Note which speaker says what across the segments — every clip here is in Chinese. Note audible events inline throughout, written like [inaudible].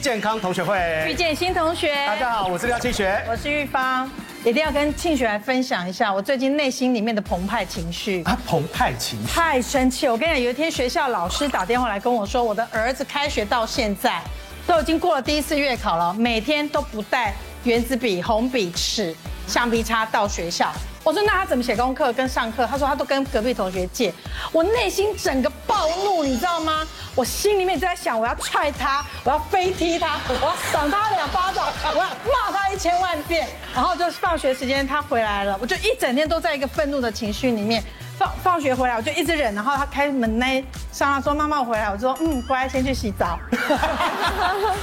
Speaker 1: 健康同学
Speaker 2: 遇
Speaker 1: 会。
Speaker 2: 见新同学，
Speaker 1: 大家好，我是廖清学。
Speaker 3: 我是玉芳，一定要跟庆雪来分享一下我最近内心里面的澎湃情绪。
Speaker 1: 啊，澎湃情绪，
Speaker 3: 太生气！我跟你讲，有一天学校老师打电话来跟我说，我的儿子开学到现在都已经过了第一次月考了，每天都不带圆珠笔、红笔、尺、橡皮擦到学校。我说那他怎么写功课跟上课？他说他都跟隔壁同学借。我内心整个暴怒，你知道吗？我心里面就在想，我要踹他，我要飞踢他，我要赏他两巴掌，我要骂他一千万遍。然后就是放学时间他回来了，我就一整天都在一个愤怒的情绪里面。放放学回来我就一直忍，然后他开门那一刹那说妈妈我回来，我就说嗯乖先去洗
Speaker 1: [laughs]
Speaker 3: 澡。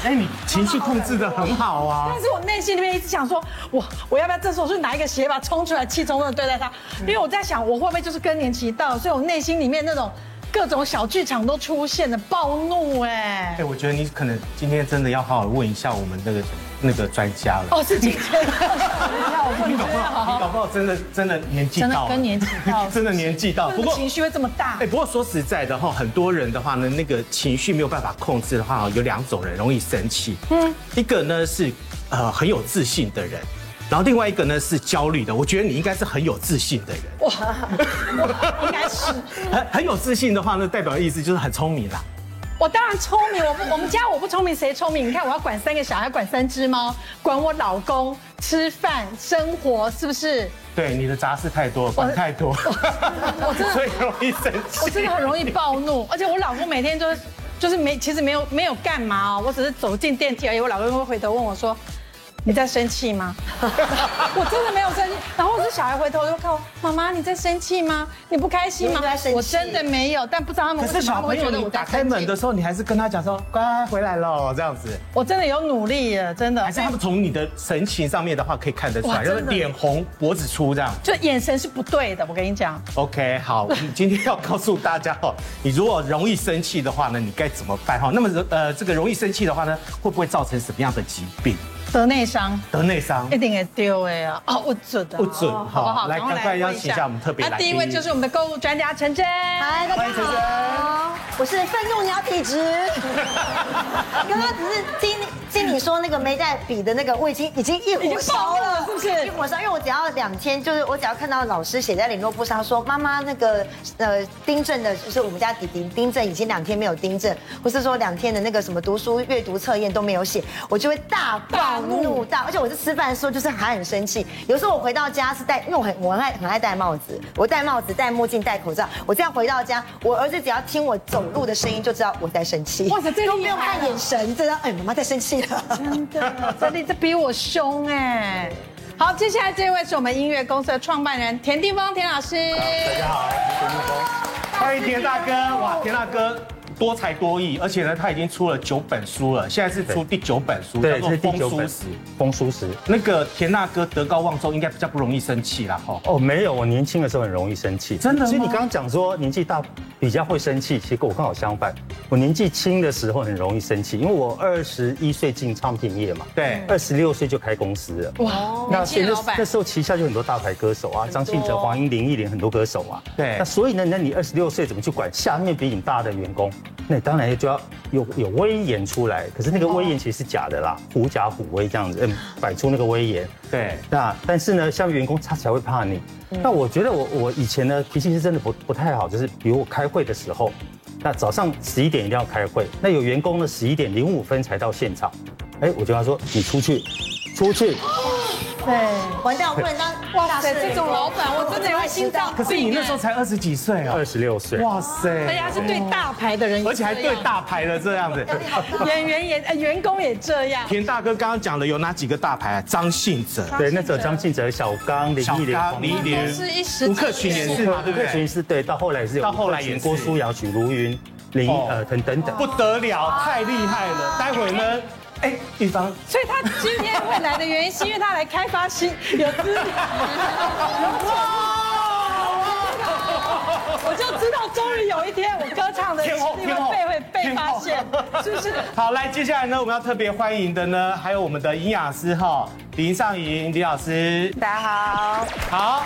Speaker 1: 哎，你情绪控制的很好啊
Speaker 3: 但。是我内心里面一直想说，我我要不要这时候去拿一个鞋把它冲出来，气冲冲的对待他？
Speaker 1: 嗯
Speaker 3: 因为我在想我会不会就是更年期到了，所以我内心里面那种各种小剧场都出现了，暴怒哎、
Speaker 1: 哎，我觉得你可能今天真的要好好问一下我们那个那个专家了。
Speaker 3: 哦是
Speaker 1: [laughs]
Speaker 3: 今天，我问
Speaker 1: 你
Speaker 3: 你
Speaker 1: 搞不好，你搞
Speaker 3: 好，
Speaker 1: 不好真的真的年纪
Speaker 3: 真
Speaker 1: 到
Speaker 3: 的
Speaker 1: 了，
Speaker 3: 更年期到
Speaker 1: [laughs]
Speaker 3: 了，
Speaker 1: 真的年纪到。
Speaker 3: 为什
Speaker 1: 不
Speaker 3: 么
Speaker 1: 过
Speaker 3: 情绪会这么大
Speaker 1: 哎、？不过说实在的哈，很多人的话呢，那个情绪没有办法控制的话，有两种人容易生气。嗯，一个呢是呃很有自信的人，然后另外一个呢是焦虑的。我觉得你应该是很有自信的人。
Speaker 3: 哇，应该是。
Speaker 1: [laughs] 很很有自信的话呢，代表意思就是很聪明啦。
Speaker 3: 我当然聪明，我不我们家我不聪明谁聪明？你看我要管三个小孩，管三只猫，管我老公，吃饭生活是不是？
Speaker 1: 对，你的杂事太多，管太多，
Speaker 3: 我真
Speaker 1: [laughs]
Speaker 3: 的
Speaker 1: 所以容易生气。
Speaker 3: 我真的很容易暴 [laughs] 怒，而且我老公每天就是就是没其实没有没有干嘛哦，我只是走进电梯而哎已，我老公会回头问我说。你在生气 [laughs] 吗？我真的没有生气。然后我这小孩回头就看我，妈妈你在生气吗？你不开心吗
Speaker 4: 你有没有在生？气
Speaker 3: 我真的没有，但不知道他
Speaker 1: [laughs]
Speaker 3: 们
Speaker 1: 可
Speaker 3: 为
Speaker 1: 是
Speaker 3: 什么他
Speaker 1: 小朋
Speaker 3: 们会
Speaker 1: 友，
Speaker 3: 觉得
Speaker 1: 你
Speaker 3: 我在
Speaker 1: 打
Speaker 3: 生气
Speaker 1: 开门的，时候，你还是跟他讲说：“乖，回来喽。”这样子，
Speaker 3: 我真的有努力了，真的
Speaker 1: 还。是他们从你的神情上面的话可以看得出来，
Speaker 3: 哇
Speaker 1: 就
Speaker 3: 真
Speaker 1: 是
Speaker 3: 的
Speaker 1: 脸红脖子粗这样。
Speaker 3: 就眼神是不对的，我跟你讲。
Speaker 1: OK，好，我们今天要告诉大家哦，你如果容易生气的话呢，你该怎么办哈？那么呃，这个容易生气的话呢，会不会造成什么样的疾病？
Speaker 3: 得内伤
Speaker 1: 得内伤
Speaker 3: 一？定会丢哎呀！哦，我准的，
Speaker 1: 不准
Speaker 3: 哦
Speaker 1: 哈
Speaker 3: 好不好？
Speaker 1: 来
Speaker 3: 赶快
Speaker 1: 赶快邀
Speaker 3: 问
Speaker 1: 请一下我们特别
Speaker 3: 那
Speaker 1: 来
Speaker 3: 第一
Speaker 1: 宾
Speaker 3: 位就是我们的购物专家陈真。
Speaker 4: 嗨，大
Speaker 1: 欢迎
Speaker 4: 家
Speaker 1: 陈真
Speaker 4: 好，我是愤怒鸟体质。刚刚只是听听你说那个没带笔的那个，我已经已经一火烧了，
Speaker 3: 已经爆了是不是
Speaker 4: 一火烧，因为我只要两天，就是我只要看到老师写在联络簿上说妈妈那个呃订正的，就是我们家弟弟订正已经两天没有订正，或是说两天的那个什么读书阅读测验都没有写，我就会大暴怒到，而且我是吃饭的时候就是还很生气，有时候我回到家是戴，因为我很我很爱很爱戴帽子，我戴帽子、戴墨镜、戴口罩，我这样回到家，我儿子只要听我走路的声音就知道我在生气，
Speaker 3: 哇塞，这
Speaker 4: 都
Speaker 3: 厉
Speaker 4: 没有
Speaker 3: 害
Speaker 4: 看
Speaker 3: 了
Speaker 4: 眼神，知道哎妈妈在生气了。
Speaker 3: 真的，这里这比我凶哎。好，接下来这位是我们音乐公司的创办人田定峰田老师。
Speaker 1: 大家好，我是田木峰，欢迎田大哥。哇，田大哥多才多艺，而且呢，他已经出了九本书了，现在是出第九本书，叫
Speaker 5: 对，这
Speaker 1: 做
Speaker 5: 是
Speaker 1: 《
Speaker 5: 第
Speaker 1: 风
Speaker 5: 九
Speaker 1: 书
Speaker 5: 本
Speaker 1: 史》。
Speaker 5: 风书石。
Speaker 1: 那个田大哥德高望重，应该比较不容易生气啦，哈。
Speaker 5: 哦，没有，我年轻的时候很容易生气，
Speaker 1: 真的吗
Speaker 5: 所以你刚刚讲说年纪大比较会生气，其实我刚好相反，我年纪轻的时候很容易生气，因为我二十一岁进唱片业嘛，
Speaker 1: 对哦
Speaker 5: 二十六岁就开公司了。
Speaker 3: 哇，年
Speaker 5: 那所以
Speaker 3: 轻
Speaker 5: 那
Speaker 3: 老板
Speaker 5: 那，时候旗下就很多大牌歌手啊，张信哲、黄英玲、一林很多歌手啊。
Speaker 1: 对
Speaker 5: 那所以呢，那你二十六岁怎么去管下面比你大的员工？那你当然就要有有威严出来。可是那个威
Speaker 1: 哦
Speaker 5: 严其实是假的啦，狐假虎威这样子，嗯，摆出那个威严。
Speaker 1: 对，
Speaker 5: 那但是呢，下面员工他才会怕你。那我觉得我我以前呢脾气是真的不不太好，就是比如我开会的时候，那早上十一点一定要开会，那有员工呢十一点零五分才到现场，哎，我就跟他说你出去，出去。
Speaker 3: 对，
Speaker 4: 完蛋，我不能当
Speaker 3: 哇
Speaker 4: 大
Speaker 3: 塞，
Speaker 4: 帅
Speaker 3: 这种
Speaker 4: 哥
Speaker 3: 老板我真的会心脏
Speaker 1: 可是你那时候才二十几岁哦
Speaker 5: 二，十六岁，
Speaker 1: 哇塞，
Speaker 3: 而且他是对大牌的人，
Speaker 1: 而且还对大牌了这样子。
Speaker 3: 演员也呃员工也这样。
Speaker 1: 田大哥刚刚讲的有哪几个大牌啊？张信哲、
Speaker 5: 对，那时候张信哲、小刚、林
Speaker 1: 小
Speaker 5: 忆莲、
Speaker 1: 刚、
Speaker 5: 黄
Speaker 1: 李
Speaker 3: 都
Speaker 1: 莲
Speaker 3: 是一、时
Speaker 1: 吴克群也是嘛，对
Speaker 5: 吴
Speaker 1: 不
Speaker 5: 克群
Speaker 1: 对？
Speaker 5: 是对，到后来是有
Speaker 1: 到后来也是
Speaker 5: 吴克群郭书瑶、许茹芸、林
Speaker 1: 哦
Speaker 5: 呃等等等。
Speaker 1: 不得了，太厉害了！待会呢，哎，玉芳，
Speaker 3: 所以他今天会来的原因，是因为他来开发新有资料。我就知道，终于有一天我歌唱的
Speaker 1: 天后
Speaker 3: 地
Speaker 1: 天后
Speaker 3: 位被会被发现，是 [laughs] 不是？
Speaker 1: 好，来，接下来呢，我们要特别欢迎的呢，还有我们的营养师哈，林尚莹李老师，
Speaker 4: 大家好，
Speaker 1: 好。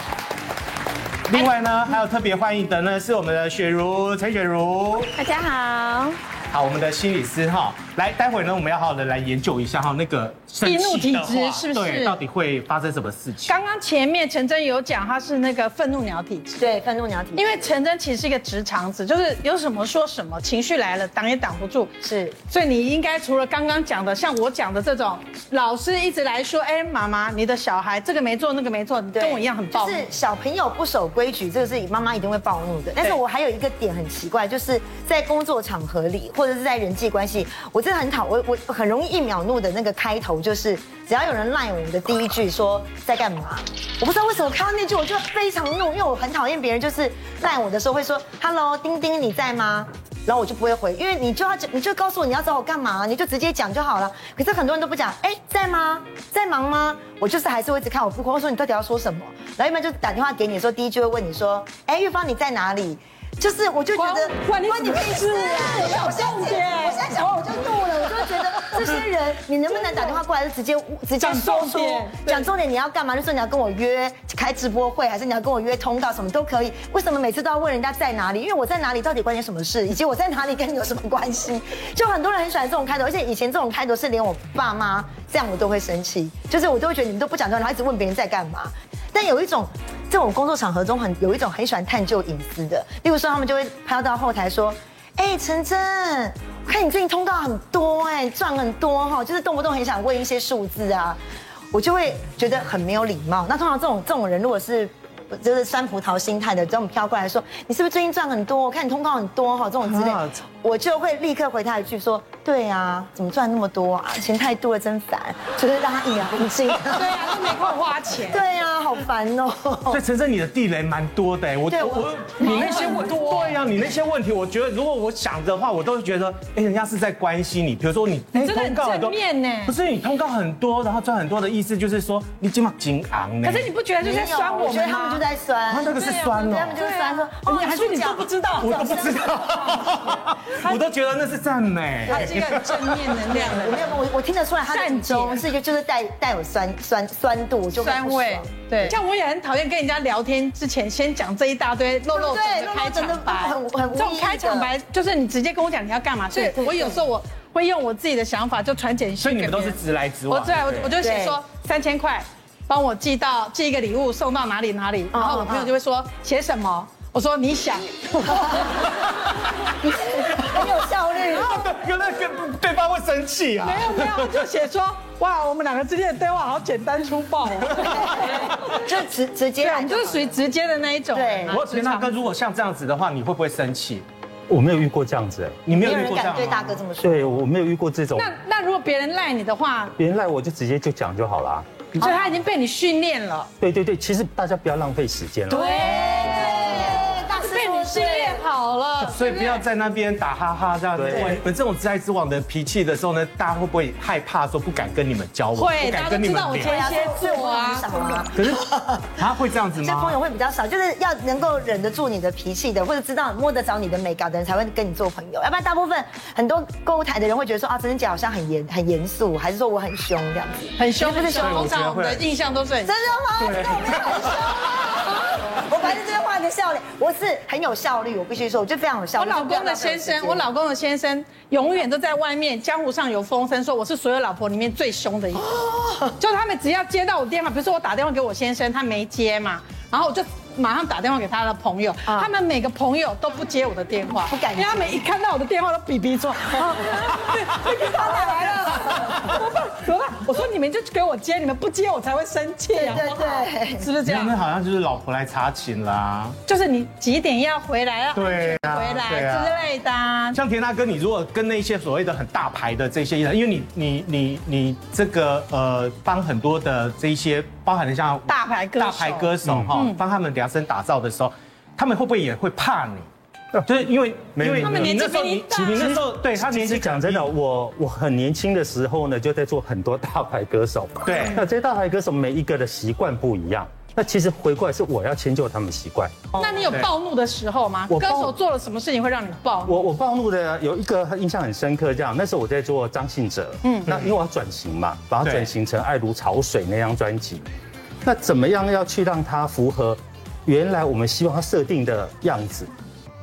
Speaker 1: 另外呢，还有特别欢迎的呢，是我们的雪茹陈雪茹。
Speaker 6: 大家好，
Speaker 1: 好，我们的心理师哈，来，待会呢，我们要好好的来研究一下哈，那个生
Speaker 3: 易怒
Speaker 1: 气的
Speaker 3: 体质
Speaker 1: 话
Speaker 3: 是不是
Speaker 1: 对，到底会发生什么事情？
Speaker 3: 刚刚前面陈真有讲，他是那个愤怒鸟体质，
Speaker 4: 对，愤怒鸟体，
Speaker 3: 因为陈真其实是一个直肠子，就是有什么说什么，情绪来了挡也挡不住。
Speaker 4: 是
Speaker 3: 所以你应该除了刚刚讲的，像我讲的这种，老师一直来说，哎，妈妈，你的小孩这个没做，那个没做，你
Speaker 4: 对
Speaker 3: 跟我一样很暴
Speaker 4: 就
Speaker 3: 怒
Speaker 4: 是。小朋友不守规矩，这个是妈妈一定会暴怒的。但是我还有一个点很奇怪，就是在工作场合里，或者是在人际关系，我真的很讨我我很容易一秒怒的那个开头，就是只要有人赖我的第一句说在干嘛，我不知道为什么看到那句我就非常怒，因为我很讨厌别人就是赖我的时候会说 “hello，丁丁你在吗”。然后我就不会回，因为你就要你就告诉我你要找我干嘛，你就直接讲就好了。可是很多人都不讲，哎，在吗？在忙吗？我就是还是会一直看我不空，我说你到底要说什么？然后一般就是打电话给你的时候，第一句会问你说，哎，玉芳你在哪里？就是我就觉得
Speaker 3: 关关你
Speaker 4: 屁
Speaker 3: 什么事
Speaker 4: 啊我
Speaker 3: 有重点
Speaker 4: 我现在想我就怒了，我就觉得这些人，你能不能打电话过来就直接直接
Speaker 3: 讲
Speaker 4: 说
Speaker 3: 重
Speaker 4: 出
Speaker 3: 点对
Speaker 4: 讲重点你要干嘛？就说你要跟我约开直播会，还是你要跟我约通告，什么都可以。为什么每次都要问人家在哪里？因为我在哪里到底关你什么事，以及我在哪里跟你有什么关系？就很多人很喜欢这种开头，而且以前这种开头是连我爸妈这样我都会生气，就是我都会觉得你们都不讲重点，然后一直问别人在干嘛。但有一种，这种工作场合中很有一种很喜欢探究隐私的，例如说他们就会飘到后台说：“哎，陈真，我看你最近通告很多哎、赚很多哈、就是动不动很想问一些数字啊。”我就会觉得很没有礼貌。那通常这种这种人，如果是就是酸葡萄心态的，这种飘过来说，你是不是最近赚很多？我看你通告很多哈，这种之类
Speaker 1: 啊，
Speaker 4: 我就会立刻回他一句说：对啊，怎么赚那么多啊？钱太多了，真烦。就是让他一言
Speaker 3: [laughs]
Speaker 4: 安静。
Speaker 3: 对啊，都没空花钱。
Speaker 4: 对啊，好烦哦。
Speaker 1: 所以陈生，你的地雷蛮多的哎，我
Speaker 4: 对
Speaker 1: 我
Speaker 4: 我
Speaker 1: 我你那些问，对呀、你那些问题，我觉得如果我想的话，我都会觉得，哎，人家是在关心你。比如说你，哎，
Speaker 3: 真的很正面呢
Speaker 1: 不是你通告很多，然后赚很多的意思就是说你今晚紧昂呢。
Speaker 3: 可是你不觉得就在酸我
Speaker 4: 觉得
Speaker 3: 们
Speaker 4: 他们
Speaker 3: 吗
Speaker 4: 就？在酸啊
Speaker 1: 他，那个是酸
Speaker 4: 他
Speaker 1: 哦
Speaker 4: 们。就是酸说，
Speaker 3: 你啊还是你都不知道
Speaker 1: 我都不知
Speaker 3: [laughs]
Speaker 1: 道，我都觉得那是赞美。
Speaker 3: 他是一个很正面能量的 [laughs]
Speaker 4: 我没有，我我听得出来他的
Speaker 3: 善
Speaker 4: 语中
Speaker 3: 解
Speaker 4: 是一个就是带带有酸酸酸度，我就会不
Speaker 3: 酸味
Speaker 4: 爽。
Speaker 3: 对，像我也很讨厌跟人家聊天之前先讲这一大堆漏漏
Speaker 4: 对
Speaker 3: 整的开
Speaker 4: 漏漏整的
Speaker 3: 场白，
Speaker 4: 很很无
Speaker 3: 这种
Speaker 4: 意义的
Speaker 3: 开场白就是你直接跟我讲你要干嘛，所以
Speaker 4: 对对
Speaker 3: 我有时候我会用我自己的想法就传简讯，
Speaker 1: 所以你们都是直来直往。
Speaker 3: 我最爱我
Speaker 1: 对不
Speaker 3: 我
Speaker 1: 对
Speaker 3: 就写
Speaker 4: 对
Speaker 3: 说三千块，帮我寄到寄一个礼物送到哪里哪里，然后我朋友就会说写什么，我说你想，
Speaker 4: 很有效率。
Speaker 1: 原来跟对方会生气啊。
Speaker 3: 没有没有，我就写说哇，我们两个之间的对话好简单粗 [laughs] 暴哦，
Speaker 4: 就直直接
Speaker 3: 对，
Speaker 4: 来
Speaker 3: 我们就是属于直接的那一种人啊，
Speaker 1: 我陈大哥，如果像这样子的话，你会不会生气？
Speaker 5: 我没有遇过这样子哎，
Speaker 1: 你没
Speaker 4: 没
Speaker 1: 有遇
Speaker 4: 有人
Speaker 1: 过这样
Speaker 4: 敢对
Speaker 1: 吗
Speaker 4: 大哥这么啊说。
Speaker 5: 对我没有遇过这种，
Speaker 3: 那那如果别人赖你的话，
Speaker 5: 别人赖我就直接就讲就好啦。
Speaker 3: 所以他已经被你训练了，
Speaker 5: 对对对，其实大家不要浪费时间了。
Speaker 4: 对，大
Speaker 3: 被你训练好了，
Speaker 1: 所以不要在那边打哈哈这样子。
Speaker 5: 对
Speaker 1: 你们这种直来直往的脾气的时候呢，大家会不会害怕说不敢跟你们交往？
Speaker 3: 会
Speaker 1: 不
Speaker 3: 大家
Speaker 1: 敢跟
Speaker 3: 都
Speaker 1: 你
Speaker 3: 知
Speaker 1: 们
Speaker 3: 道我
Speaker 1: 聊
Speaker 3: 天。蝎座啊，
Speaker 4: 少啊。
Speaker 1: 可是他会这样子
Speaker 4: 这朋
Speaker 1: 吗？
Speaker 4: 友会比较少，就是要能够忍得住你的脾气的，或者知道摸得着你的美感的人才会跟你做朋友，要不然大部分很多购物台的人会觉得说啊，陈姐好像很严很严肃，还是说我很凶这样子，
Speaker 3: 很凶很凶，
Speaker 1: 对
Speaker 3: 通
Speaker 1: 我觉
Speaker 3: 常
Speaker 1: 得
Speaker 3: 我们
Speaker 1: 会
Speaker 3: 的印象都是很
Speaker 4: 真的吗？真的我没有 [laughs] 很凶吗？我反正就是画个笑脸，我是很有效率，我必须说，我就非常有效
Speaker 3: 我
Speaker 4: 率。
Speaker 3: 老公的先生，我老公的先生永远都在外面江湖上有风声，说我是所有老婆里面最凶的一
Speaker 4: 哦
Speaker 3: 个。就是他们只要接到我电话，比如说我打电话给我先生，他没接嘛，然后我就马上打电话给他的朋友，
Speaker 4: 啊
Speaker 3: 他们每个朋友都不接我的电话，
Speaker 4: 不敢
Speaker 3: 因为他们一看到我的电话都比比
Speaker 4: [laughs]
Speaker 3: 说， [laughs] 啊对对打来了，怎么办？怎么办？我说你们就给我接，你们不接我才会生气啊，
Speaker 4: 对对对
Speaker 3: 是不是这
Speaker 1: 你们
Speaker 3: 样？
Speaker 1: 好像就是老婆来查寝啦。
Speaker 3: 就是你几点要回来，要
Speaker 1: 对啊
Speaker 3: 回
Speaker 1: 对啊
Speaker 3: 来之类的啊。
Speaker 1: 像田大哥，你如果跟那些所谓的很大牌的这些艺人，因为你你你你这个呃，帮很多的这一些，包含了像
Speaker 3: 大牌歌手
Speaker 1: 大牌歌手哈，
Speaker 5: 嗯
Speaker 1: 帮他们量身打造的时候，他们会不会也会怕你？就是因为
Speaker 5: 没
Speaker 1: 因
Speaker 5: 有
Speaker 1: 为
Speaker 5: 嗯他们
Speaker 3: 年纪
Speaker 1: 那时候
Speaker 3: 比
Speaker 1: 你
Speaker 3: 你大
Speaker 1: 你那时候对他年纪
Speaker 5: 其实讲真的，我我很年轻的时候呢，就在做很多大牌歌手。
Speaker 1: 对
Speaker 5: 那这些大牌歌手每一个的习惯不一样，那其实回过来是我要迁就他们习惯。
Speaker 3: 那你有暴怒的时候吗？
Speaker 5: 我
Speaker 3: 歌
Speaker 5: 暴
Speaker 3: 手做了什么事情会让你暴怒？
Speaker 5: 我我暴怒的有一个印象很深刻，这样那时候我在做张信哲，嗯，那因为我要转型嘛，把它
Speaker 1: 对
Speaker 5: 转型成《爱如潮水》那张专辑，那怎么样要去让它符合原来我们希望它设定的样子？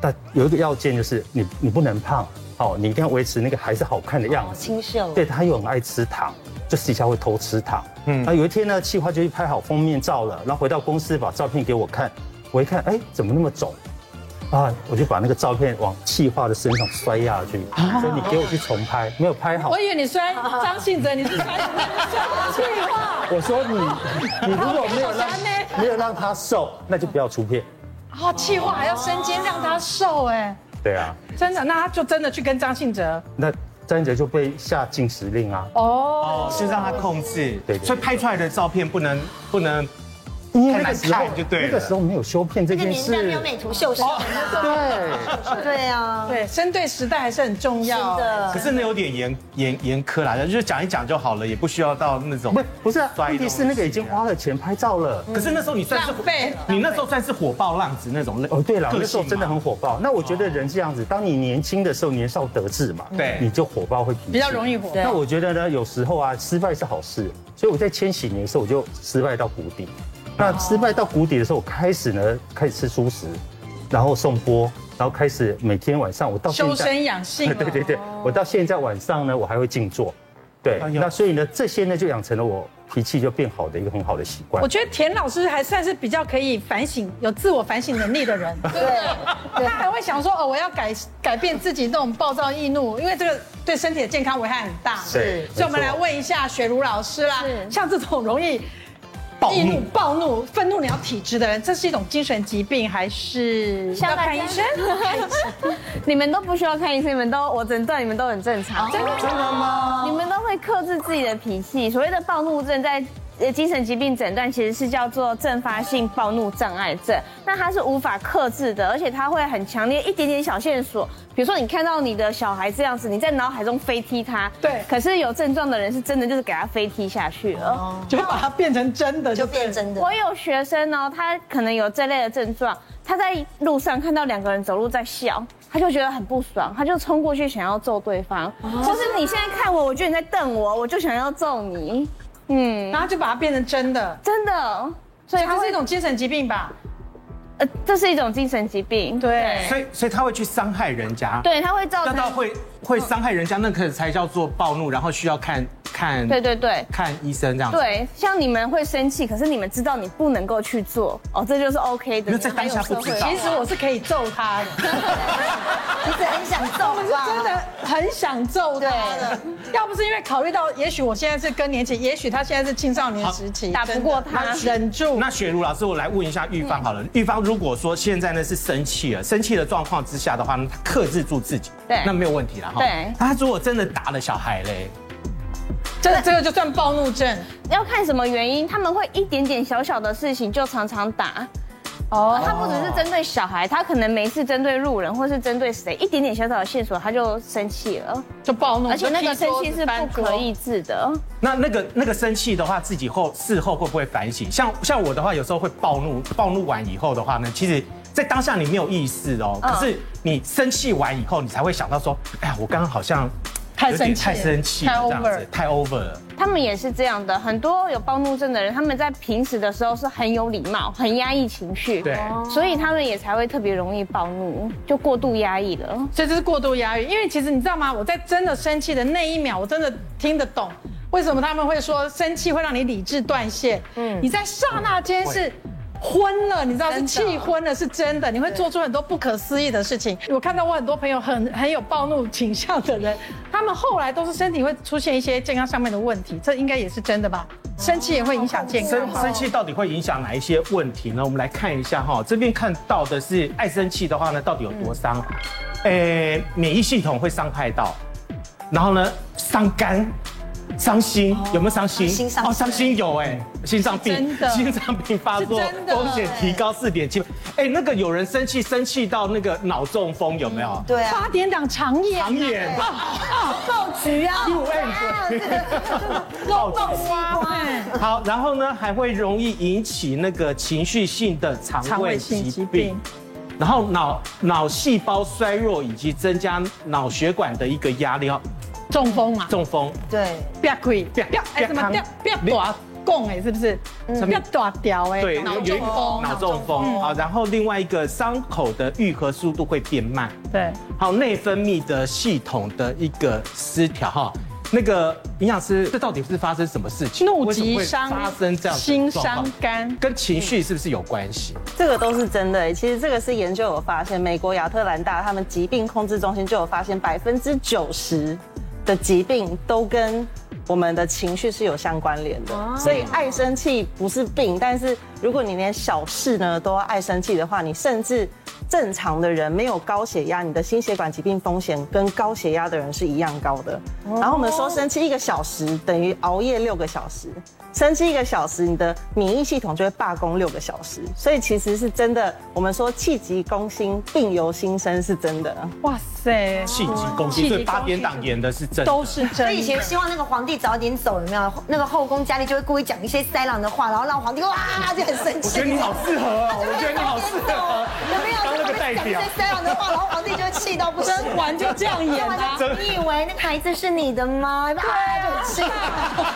Speaker 5: 但有一个要件就是你你不能胖，哦，你一定要维持那个孩子好看的样
Speaker 4: 好
Speaker 5: 子。
Speaker 4: 清秀，
Speaker 5: 对，他又很爱吃糖，就私底下会偷吃糖。嗯，那有一天呢，企划就去拍好封面照了，然后回到公司把照片给我看，我一看，哎，怎么那么肿？啊，我就把那个照片往企划的身上摔下去，所以你给我去重拍，没有拍好
Speaker 3: 我。以为你摔张信哲，你是摔摔气话，
Speaker 5: 我说 [laughs] 你，你如果没有让没有让他瘦，那就不要出片。
Speaker 3: [laughs] 哦，气话还要身兼让他瘦哎，
Speaker 5: 对啊，
Speaker 3: 真的，那他就真的去跟张信哲
Speaker 5: 那张哲就被下禁食令啊。
Speaker 3: 哦，
Speaker 1: 哦，是让他控制，
Speaker 5: 对对对
Speaker 1: 所以拍出来的照片不能不能
Speaker 5: 因为
Speaker 1: 太
Speaker 5: 那个
Speaker 1: 难
Speaker 5: 时候
Speaker 1: 看就对了
Speaker 5: 那个时候没有修片这
Speaker 4: 那个
Speaker 5: 件
Speaker 4: 年代没
Speaker 5: 事
Speaker 4: 有，美图秀秀，
Speaker 5: 对，
Speaker 4: 对啊，
Speaker 3: 对，生对时代还是很重
Speaker 4: 真
Speaker 3: 要。
Speaker 4: 的
Speaker 5: 哦呃
Speaker 1: 可。是那有点严严严苛啦，就是讲一讲就好了，也不需要到那种
Speaker 5: 不。不是啊，
Speaker 1: 摔
Speaker 5: 问题是那个已经花了钱拍照了。
Speaker 1: 可是那时候你算是
Speaker 3: 浪费
Speaker 1: 你那时候算是火爆浪子那种类
Speaker 5: 哦，对了，那
Speaker 1: 个
Speaker 5: 时候
Speaker 1: 性
Speaker 5: 真的
Speaker 1: 嘛
Speaker 5: 很火爆。那我觉得人是这样子，当你年轻的时候，年少得志嘛，
Speaker 1: 对
Speaker 5: 你就火爆会脾气
Speaker 3: 比较容易火
Speaker 5: 那我觉得呢，有时候啊，失败是好事。所以我在千禧年的时候，我就失败到谷底。那失败到谷底的时候，我开始呢，开始吃素食，然后送播，然后开始每天晚上，我到现
Speaker 3: 修
Speaker 5: 在
Speaker 3: 身啊养性了，
Speaker 5: [laughs] 对对对，我到现在晚上呢，我还会静坐。对，
Speaker 1: 哎呦
Speaker 5: 那所以呢，这些呢就养成了我脾气就变好的一个很好的习惯
Speaker 3: 我。觉得田老师还算是比较可以反省、有自我反省能力的人，对不对？他还会想说哦，我要改改变自己那种暴躁易怒，因为这个对身体的健康危害很大。
Speaker 5: 是
Speaker 3: 所以我们
Speaker 5: 没
Speaker 3: 来
Speaker 5: 错
Speaker 3: 问一下雪茹老师啦，像这种容易
Speaker 1: 暴
Speaker 3: 易怒
Speaker 1: 怒、
Speaker 3: 暴怒、愤怒你要体质的人，这是一种精神疾病还是要看医生？ [laughs]
Speaker 2: [laughs] 你们都不需要看医生，你们都我诊断你们都很正常，哦真的真的吗？你们都会克制自己的脾气。所谓的暴怒症在。呃，精神疾病诊断其实是叫做阵发性暴怒障碍症，那它是无法克制的，而且它会很强烈，一点点小线索，比如说你看到你的小孩这样子，你在脑海中飞踢他，
Speaker 3: 对
Speaker 2: 可是有症状的人是真的就是给他飞踢下去了。
Speaker 3: 就把它变成真的，
Speaker 4: 就
Speaker 3: 就对
Speaker 4: 变真的，
Speaker 2: 我有学生哦，他可能有这类的症状，他在路上看到两个人走路在笑，他就觉得很不爽，他就冲过去想要揍对方。就是你现在看我，我觉得你在瞪我，我就想要揍你。嗯，
Speaker 3: 然后就把它变成真的，
Speaker 2: 真的，所以
Speaker 3: 它
Speaker 2: 他
Speaker 3: 是
Speaker 2: 会
Speaker 3: 一种精神疾病吧？
Speaker 2: 呃，这是一种精神疾病。
Speaker 3: 对
Speaker 1: 所以所以他会去伤害人家，
Speaker 2: 对，他会造
Speaker 1: 那
Speaker 2: 成
Speaker 1: 到会会伤害人家，那可才叫做暴怒，然后需要看看
Speaker 2: 对对对。
Speaker 1: 看医生这样子。
Speaker 2: 对，像你们会生气，可是你们知道你不能够去做哦，这就是 OK 的。
Speaker 1: 因为在当下不知道
Speaker 3: 其实我是可以揍他的。
Speaker 4: 一直很想 [laughs] 揍
Speaker 3: 我是
Speaker 4: 吧？
Speaker 3: 真的很想揍他的。要不是因为考虑到，也许我现在是更年期，也许他现在是青少年时期，
Speaker 2: 打不过他
Speaker 3: 真
Speaker 2: 嗯
Speaker 3: 的忍住。
Speaker 1: 那雪茹老师，我来问一下玉芳好了。玉芳，如果说现在呢是生气了，生气的状况之下的话，那她克制住自己，
Speaker 2: 对
Speaker 1: 那没有问题了哈。
Speaker 2: 对
Speaker 1: 那她如果真的打了小孩嘞，
Speaker 3: 这这个就算暴怒症
Speaker 2: 要看什么原因，他们会一点点小小的事情就常常打。哦，他不只是针对小孩，他可能每次针对路人或是针对谁，一点点小小的线索他就生气了，
Speaker 3: 就暴怒，
Speaker 2: 而且那个
Speaker 3: 就踢桌
Speaker 2: 生气
Speaker 3: 子
Speaker 2: 哦是不
Speaker 3: 翻桌
Speaker 2: 可抑制的。
Speaker 1: 那那个那个生气的话，自己后事后会不会反省？像像我的话，有时候会暴怒，暴怒完以后的话呢，其实，在当下你没有意识哦，
Speaker 2: 嗯
Speaker 1: 可是你生气完以后，你才会想到说，哎呀，我刚刚好像
Speaker 3: 太
Speaker 1: 有点
Speaker 3: 生气了，
Speaker 1: 太生气了，
Speaker 3: 太
Speaker 1: 这样
Speaker 3: over
Speaker 1: 子。太 over 了。
Speaker 2: 他们也是这样的，很多有暴怒症的人，他们在平时的时候是很有礼貌，很压抑情绪，
Speaker 1: 对，
Speaker 2: 所以他们也才会特别容易暴怒，就过度压抑了。
Speaker 3: 所以这是过度压抑。因为其实你知道吗？我在真的生气的那一秒，我真的听得懂为什么他们会说生气会让你理智断线。嗯，你在刹那间是。昏了，你知道是气昏了，是真的，你会做出很多不可思议的事情。我看到我很多朋友很很有暴怒倾向的人，他们后来都是身体会出现一些健康上面的问题，这应该也是真的吧？生气也会影响健康
Speaker 1: 生
Speaker 3: 吧。
Speaker 1: 生气到底会影响哪一些问题呢？我们来看一下哈，这边看到的是爱生气的话呢，到底有多伤？啊诶、免疫系统会伤害到，然后呢，伤肝。伤心
Speaker 3: 哦
Speaker 1: 有没有伤心？
Speaker 3: 啊
Speaker 4: 伤心伤心
Speaker 1: 哦，伤心有哎，心脏病
Speaker 3: 嗯是真的，
Speaker 1: 心脏病发作
Speaker 3: 是真的
Speaker 1: 风险提高四点七。哎，那个有人生气，生气到那个脑中风有没有？
Speaker 4: 对啊，
Speaker 3: 八点档啊长演，
Speaker 1: 长眼
Speaker 4: 爆菊啊，
Speaker 3: 嗯
Speaker 1: [laughs] 爆
Speaker 3: 爆
Speaker 1: 啊
Speaker 3: 花，哎
Speaker 1: 好，然后呢，还会容易引起那个情绪性的肠
Speaker 3: 肠
Speaker 1: 胃
Speaker 3: 胃性
Speaker 1: 疾
Speaker 3: 疾
Speaker 1: 病
Speaker 3: 病，
Speaker 1: 然后脑脑细胞衰弱以及增加脑血管的一个压力，哦
Speaker 3: 中风嘛。
Speaker 1: 中风。
Speaker 4: 对，
Speaker 3: 不要跪，不
Speaker 1: 不要
Speaker 3: 要哎什么
Speaker 1: 不
Speaker 3: 不
Speaker 1: 要
Speaker 3: 要不要
Speaker 1: 你
Speaker 3: 挂供哎，是不是？要短掉哎，
Speaker 1: 对，
Speaker 3: 脑
Speaker 1: 有
Speaker 3: 中风，
Speaker 1: 脑中风啊，然后另外一个伤口的愈合速度会变慢，
Speaker 3: 对，
Speaker 1: 还有内分泌的系统的一个失调哈。那个营养师，这到底是发生什么事情？
Speaker 3: 怒
Speaker 1: 为什么
Speaker 3: 极
Speaker 1: 会
Speaker 3: 伤，
Speaker 1: 发生这样子的
Speaker 3: 心
Speaker 1: 状况
Speaker 3: 伤嗯肝。
Speaker 1: 跟情绪是不是有关系？
Speaker 6: 这个都是真的欸。其实这个是研究有发现，美国亚特兰大他们疾病控制中心就有发现，百分之九十的疾病都跟我们的情绪是有相关联的。所以爱生气不是病，但是如果你连小事呢都要爱生气的话，你甚至正常的人没有高血压，你的心血管疾病风险跟高血压的人是一样高的。然后我们说生气一个小时等于熬夜六个小时，生气一个小时，你的免疫系统就会罢工六个小时。所以其实是真的，我们说气急攻心，病由心生是真的。
Speaker 3: 哇塞，
Speaker 1: 气急攻
Speaker 3: 哦气急
Speaker 1: 心，所以
Speaker 3: 攻
Speaker 1: 八点
Speaker 3: 心
Speaker 1: 档演的是真的，
Speaker 3: 都是真
Speaker 4: 所
Speaker 3: 的。
Speaker 4: 以以前希望那个皇帝早点走，有没有？那个后宫佳丽就会故意讲一些塞朗的话，然后让皇帝哇就很生气。
Speaker 1: 我觉得你好适合哦，我觉得你好适合
Speaker 4: 有没有？
Speaker 1: 当那个代表
Speaker 4: 讲一些塞朗的话，然后皇帝就会气到不行。
Speaker 3: 甄嬛就这样演啊，
Speaker 4: 你以为那个孩子是你的吗？对，啊就 [laughs] 很气。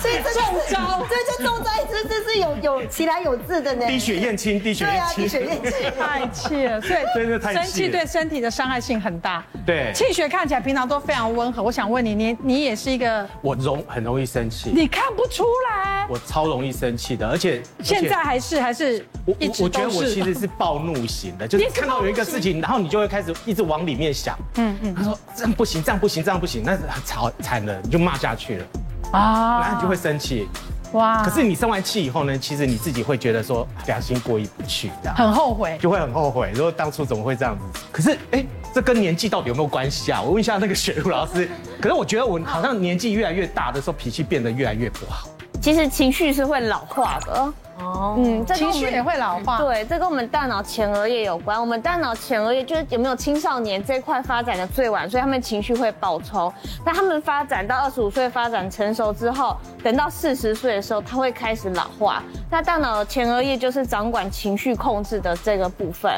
Speaker 4: 所以这中招，对，这中招，这这是有有其来有自的呢。
Speaker 1: 滴血验亲，滴血
Speaker 4: 对啊，滴
Speaker 1: 验
Speaker 4: 血
Speaker 1: 亲，
Speaker 4: 验亲。
Speaker 3: 太气了，所以
Speaker 1: 真的太气了
Speaker 3: 生气对身体的伤害性很大。
Speaker 1: 对
Speaker 3: 气血看起来平常都非常温和，我想问你，你你也是一个，
Speaker 1: 我容很容易生气，
Speaker 3: 你看不出来，
Speaker 1: 我超容易生气的，而且
Speaker 3: 现。
Speaker 1: 而
Speaker 3: 在
Speaker 1: 且
Speaker 3: 还是还是
Speaker 1: 我
Speaker 3: 一
Speaker 1: 我
Speaker 3: 直
Speaker 1: 我觉得
Speaker 3: 都
Speaker 1: 我其
Speaker 3: 是。
Speaker 1: 实是暴怒型的，就是
Speaker 3: 你是
Speaker 1: 看到有一个事情，然后你就会开始一直往里面想，嗯嗯，他说这样不行，这样不行，这样不行，那是很吵惨了，你就骂下去了，
Speaker 3: 啊
Speaker 1: 然后你就会生气。
Speaker 3: 哇
Speaker 1: 可是你生完气以后呢，其实你自己会觉得说良心过意不去，这样
Speaker 3: 很后悔。
Speaker 1: 就会很后悔，说当初怎么会这样子。可是，哎，这跟年纪到底有没有关系啊？我问一下那个雪茹老师。可是我觉得我好像年纪越来越大的时候，脾气变得越来越不好。
Speaker 2: 其实情绪是会老化的。哦，嗯，这跟
Speaker 3: 情
Speaker 2: 我们
Speaker 3: 绪也会老化，
Speaker 2: 对，这跟我们大脑前额叶有关。我们大脑前额叶就是有没有青少年这一块发展的最晚，所以他们情绪会爆冲。那他们发展到二十五岁发展成熟之后，等到四十岁的时候，他会开始老化。那大脑前额叶就是掌管情绪控制的这个部分。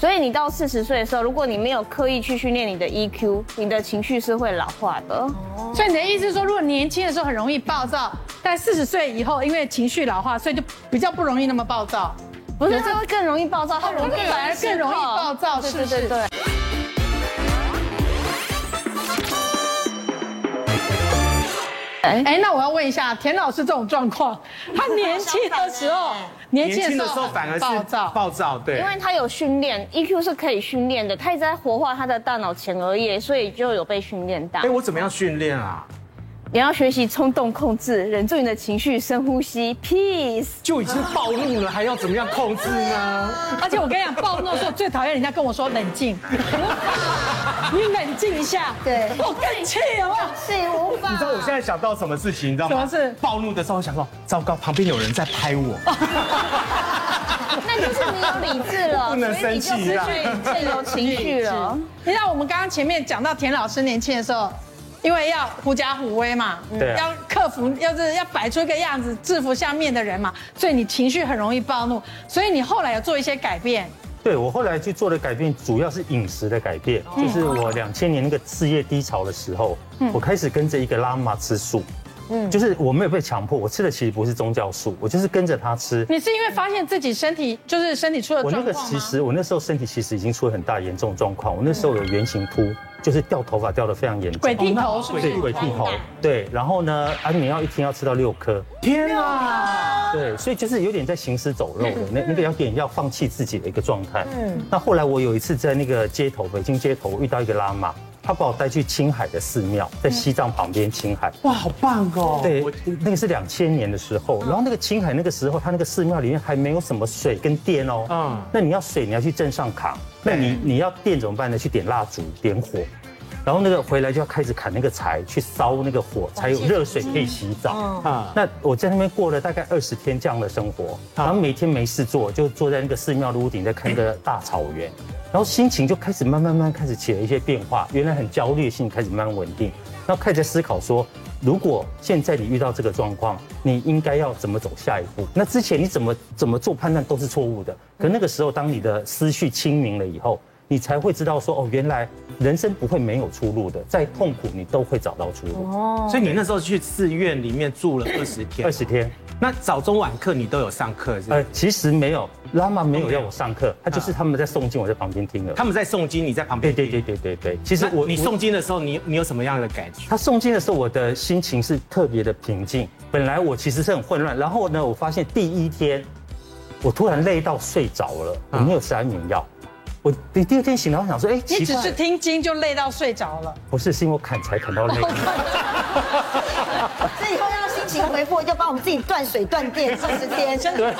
Speaker 2: 所以你到四十岁的时候，如果你没有刻意去训练你的 EQ，你的情绪是会老化的。
Speaker 3: 所以你的意思是说，如果年轻的时候很容易暴躁，但四十岁以后因为情绪老化，所以就比较不容易那么暴躁。
Speaker 2: 不是，它会更容易暴躁，它容易
Speaker 3: 会反而更容易暴躁
Speaker 2: 对
Speaker 3: 是不
Speaker 2: 对
Speaker 3: 是
Speaker 2: 对对。
Speaker 3: 哎，那我要问一下，田老师这种状况，他年轻的时候，年
Speaker 1: 哎年轻的时候
Speaker 3: 很
Speaker 1: 反而是
Speaker 3: 暴躁，
Speaker 1: 暴躁，对
Speaker 2: 因。为他有训练，EQ 是可以训练的，他一直在活化他的大脑前额叶，所以就有被训练到
Speaker 1: 哎，。我怎么样训练啊？
Speaker 2: 你要学习冲动控制，忍住你的情绪，深呼吸，peace。
Speaker 1: 就已经暴怒了，还要怎么样控制呢？
Speaker 3: [laughs] 而且我跟你讲，暴怒的时候最讨厌人家跟我说冷
Speaker 1: [laughs]
Speaker 3: 静，你冷静一下，
Speaker 4: 对
Speaker 3: 我更气哦了，哇
Speaker 4: 是无法。
Speaker 1: 你知道我现在想到什么事情，你知道吗？
Speaker 3: 什么事
Speaker 1: 暴怒的时候，我想说，糟糕，旁边有人在拍我。
Speaker 2: 那就是你有理智
Speaker 1: [laughs]
Speaker 2: 了，
Speaker 1: 不能
Speaker 2: 所以你就
Speaker 1: 生气
Speaker 2: 是
Speaker 1: 啊
Speaker 2: 去借由情绪了。
Speaker 3: 你知道我们刚刚前面讲到田老师年轻的时候，因为要狐假虎威嘛，嗯
Speaker 5: 对啊
Speaker 3: 要克服，要是要摆出一个样子制服下面的人嘛，所以你情绪很容易暴怒，所以你后来有做一些改变，
Speaker 5: 对我后来去做的改变，主要是饮食的改变，就是我两千年那个事业低潮的时候，我开始跟着一个拉玛吃素，嗯，就是我没有被强迫，我吃的其实不是宗教素，我就是跟着他吃。
Speaker 3: 你是因为发现自己身体就是身体出了
Speaker 5: 我那
Speaker 3: 状
Speaker 5: 个
Speaker 3: 况
Speaker 5: 其
Speaker 3: 吗？
Speaker 5: 实我那时候身体其实已经出了很大严重状况，我那时候有圆形秃，就是掉头发掉的非常严重，
Speaker 3: 鬼剃头是不是
Speaker 5: 哦对？鬼剃头，对，然后呢，安眠药一天要吃到六颗，
Speaker 1: 天啊！
Speaker 5: 对，所以就是有点在行尸走肉的那那个有点要放弃自己的一个状态。嗯，那后来我有一次在那个街头，北京街头，我遇到一个喇嘛，他把我带去青海的寺庙，在西藏旁边青海。
Speaker 1: 哇，好棒哦！
Speaker 5: 对
Speaker 1: 我，
Speaker 5: 那个是两千年的时候，然后那个青海那个时候，它那个寺庙里面还没有什么水跟电哦。
Speaker 1: 嗯
Speaker 5: 嗯，那你要水，你要去镇上扛；那你你要电怎么办呢？去点蜡烛，点火，然后那个回来就要开始砍那个柴，去烧那个火，才有热水可以洗澡。
Speaker 1: 啊，
Speaker 5: 那我在那边过了大概二十天这样的生活，然后每天没事做，就坐在那个寺庙的屋顶在看那个大草原，然后心情就开始慢慢慢慢开始起了一些变化，原来很焦虑的心情开始慢慢稳定，然后开始在思考说，如果现在你遇到这个状况，你应该要怎么走下一步？那之前你怎么怎么做判断都是错误的，可那个时候当你的思绪清明了以后。你才会知道说哦，原来人生不会没有出路的，再痛苦你都会找到出路。
Speaker 1: 所以你那时候去寺院里面住了二十天，
Speaker 5: 二十。天，
Speaker 1: 那早中晚课你都有上课是不
Speaker 5: 呃
Speaker 1: 是？，
Speaker 5: 其实没有，拉玛没有
Speaker 1: 没有
Speaker 5: 要我上课，他就是他们在诵经，我在旁边听了。
Speaker 1: 他们在诵经，你在旁
Speaker 5: 对
Speaker 1: 边。
Speaker 5: 对对。对对对，
Speaker 1: 其
Speaker 5: 其实
Speaker 1: 实
Speaker 5: 我
Speaker 1: 我你诵经的时候，你你有什么样的感觉？
Speaker 5: 他诵经的时候，我的心情是特别的平静。本来我其实是很混乱，然后呢，我发现第一天我突然累到睡着了，我没有吃安眠药。我第第二天醒来，我想说，哎，
Speaker 3: 你
Speaker 5: 奇
Speaker 3: 只是
Speaker 5: 怪，
Speaker 3: 听经就累到睡着了，
Speaker 5: 不是，是因为我砍柴砍到累。
Speaker 4: 所以以后要心情回复，就帮我们自己断水
Speaker 1: [laughs]
Speaker 4: 断电二十天，真
Speaker 5: 对，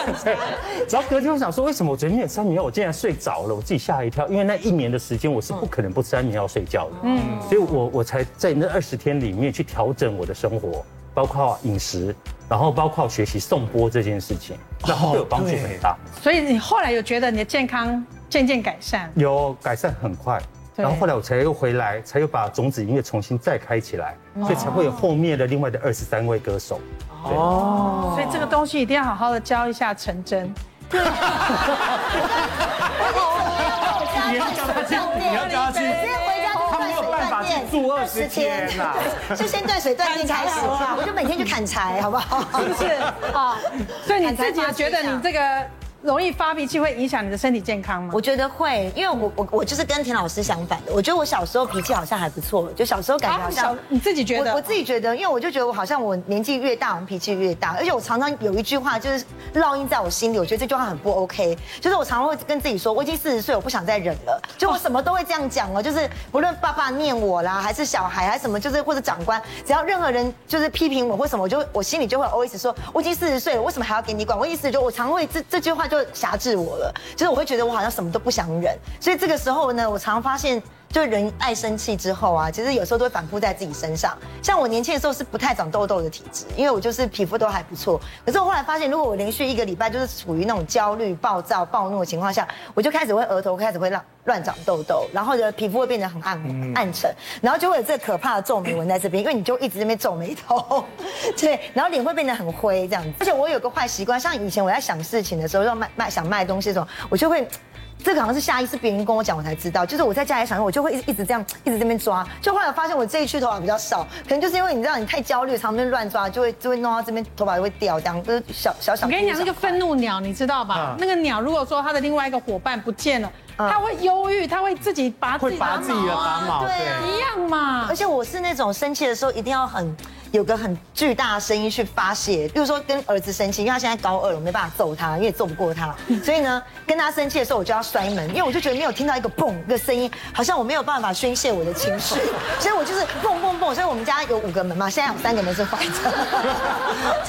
Speaker 5: 然后隔天我想说，为什么我昨天没有吃安眠药，我竟然睡着了？我自己吓一跳，因为那一年的时间我是不可能不吃安眠药睡觉的。嗯，所以我我才在那二十天里面去调整我的生活，包括饮食，然后包括学习颂钵这件事情，然后对我帮助很大，
Speaker 3: 所以你后来有觉得你的健康渐渐改善，
Speaker 5: 有改善很快。
Speaker 3: 对
Speaker 5: 然后后来我才又回来，才又把种子音乐重新再开起来，所以才会有后面的另外的二十三位歌手。
Speaker 3: 所以这个东西一定要好好的教一下陈真。
Speaker 4: 哦
Speaker 1: 你要教他去，你要教他去，
Speaker 4: 直接回家就
Speaker 1: 他没
Speaker 4: 断
Speaker 1: 有
Speaker 4: 水
Speaker 1: 办法
Speaker 4: 断
Speaker 1: 去
Speaker 4: 电，
Speaker 1: 住二十天呐。
Speaker 4: [laughs] 就先断水断电开始，啊我就每天去砍柴，好不好？哦
Speaker 3: 是不是啊？ [laughs] 所以你自己有觉得你这个容易发脾气会影响你的身体健康吗
Speaker 4: 我？觉得会，因为我我我就是跟田老师相反的。我觉得我小时候脾气好像还不错，就小时候感觉好像
Speaker 3: 啊小你自己觉得
Speaker 4: 我我自己觉得，因为我就觉得我好像我年纪越大，我脾气越大，而且我常常有一句话就是烙印在我心里，我觉得这句话很不 OK，就是我常常会跟自己说，我已经四十岁，我不想再忍了，就我什么都会这样讲哦，就是不论爸爸念我啦，还是小孩，还是什么，就是或者长官，只要任何人就是批评我或什么，我就我心里就会 always 说，我已经四十岁了，为什么还要给你管？我意思就我常会这这句话就辖制我了，就是我会觉得我好像什么都不想忍，所以这个时候呢，我常发现。就人爱生气之后啊，其实有时候都会反扑在自己身上。像我年轻的时候是不太长痘痘的体质，因为我就是皮肤都还不错。可是我后来发现，如果我连续一个礼拜就是处于那种焦虑、暴躁、暴怒的情况下，我就开始会额头开始会乱乱长痘痘，然后呢皮肤会变得很暗暗沉，然后就会有这可怕的皱眉纹在这边，因为你就一直在那边皱眉头， [laughs] 对，然后脸会变得很灰这样子。而且我有个坏习惯，像以前我在想事情的时候，要卖卖想卖东西的时候，我就会。这个好像是下意识别人跟我讲，我才知道。就是我在家里想，我就会一直一直这样，一直这边抓。就后来我发现我这一区头发比较少，可能就是因为你知道你太焦虑，常常乱抓，就会就会弄到这边头发就会掉，这样就是小小小。
Speaker 3: 我跟你讲，那个愤怒鸟，你知道
Speaker 1: 嗯
Speaker 3: 吧？那个鸟如果说它的另外一个伙伴不见了，它会忧郁，它会自己拔自
Speaker 1: 会
Speaker 3: 己啊
Speaker 1: 拔自己的拔毛，
Speaker 4: 对啊
Speaker 3: 一样嘛
Speaker 4: 而。且我是那种生气的时候一定要很有个很巨大的声音去发泄，比如说跟儿子生气，因为他现在高二了，我没办法揍他，因为也揍不过他，所以呢，跟他生气的时候我就要摔门，因为我就觉得没有听到一个嘣一个声音，好像我没有办法宣泄我的情绪，所以我就是蹦蹦蹦，所以我们家有五个门嘛，现在有三个门是坏的，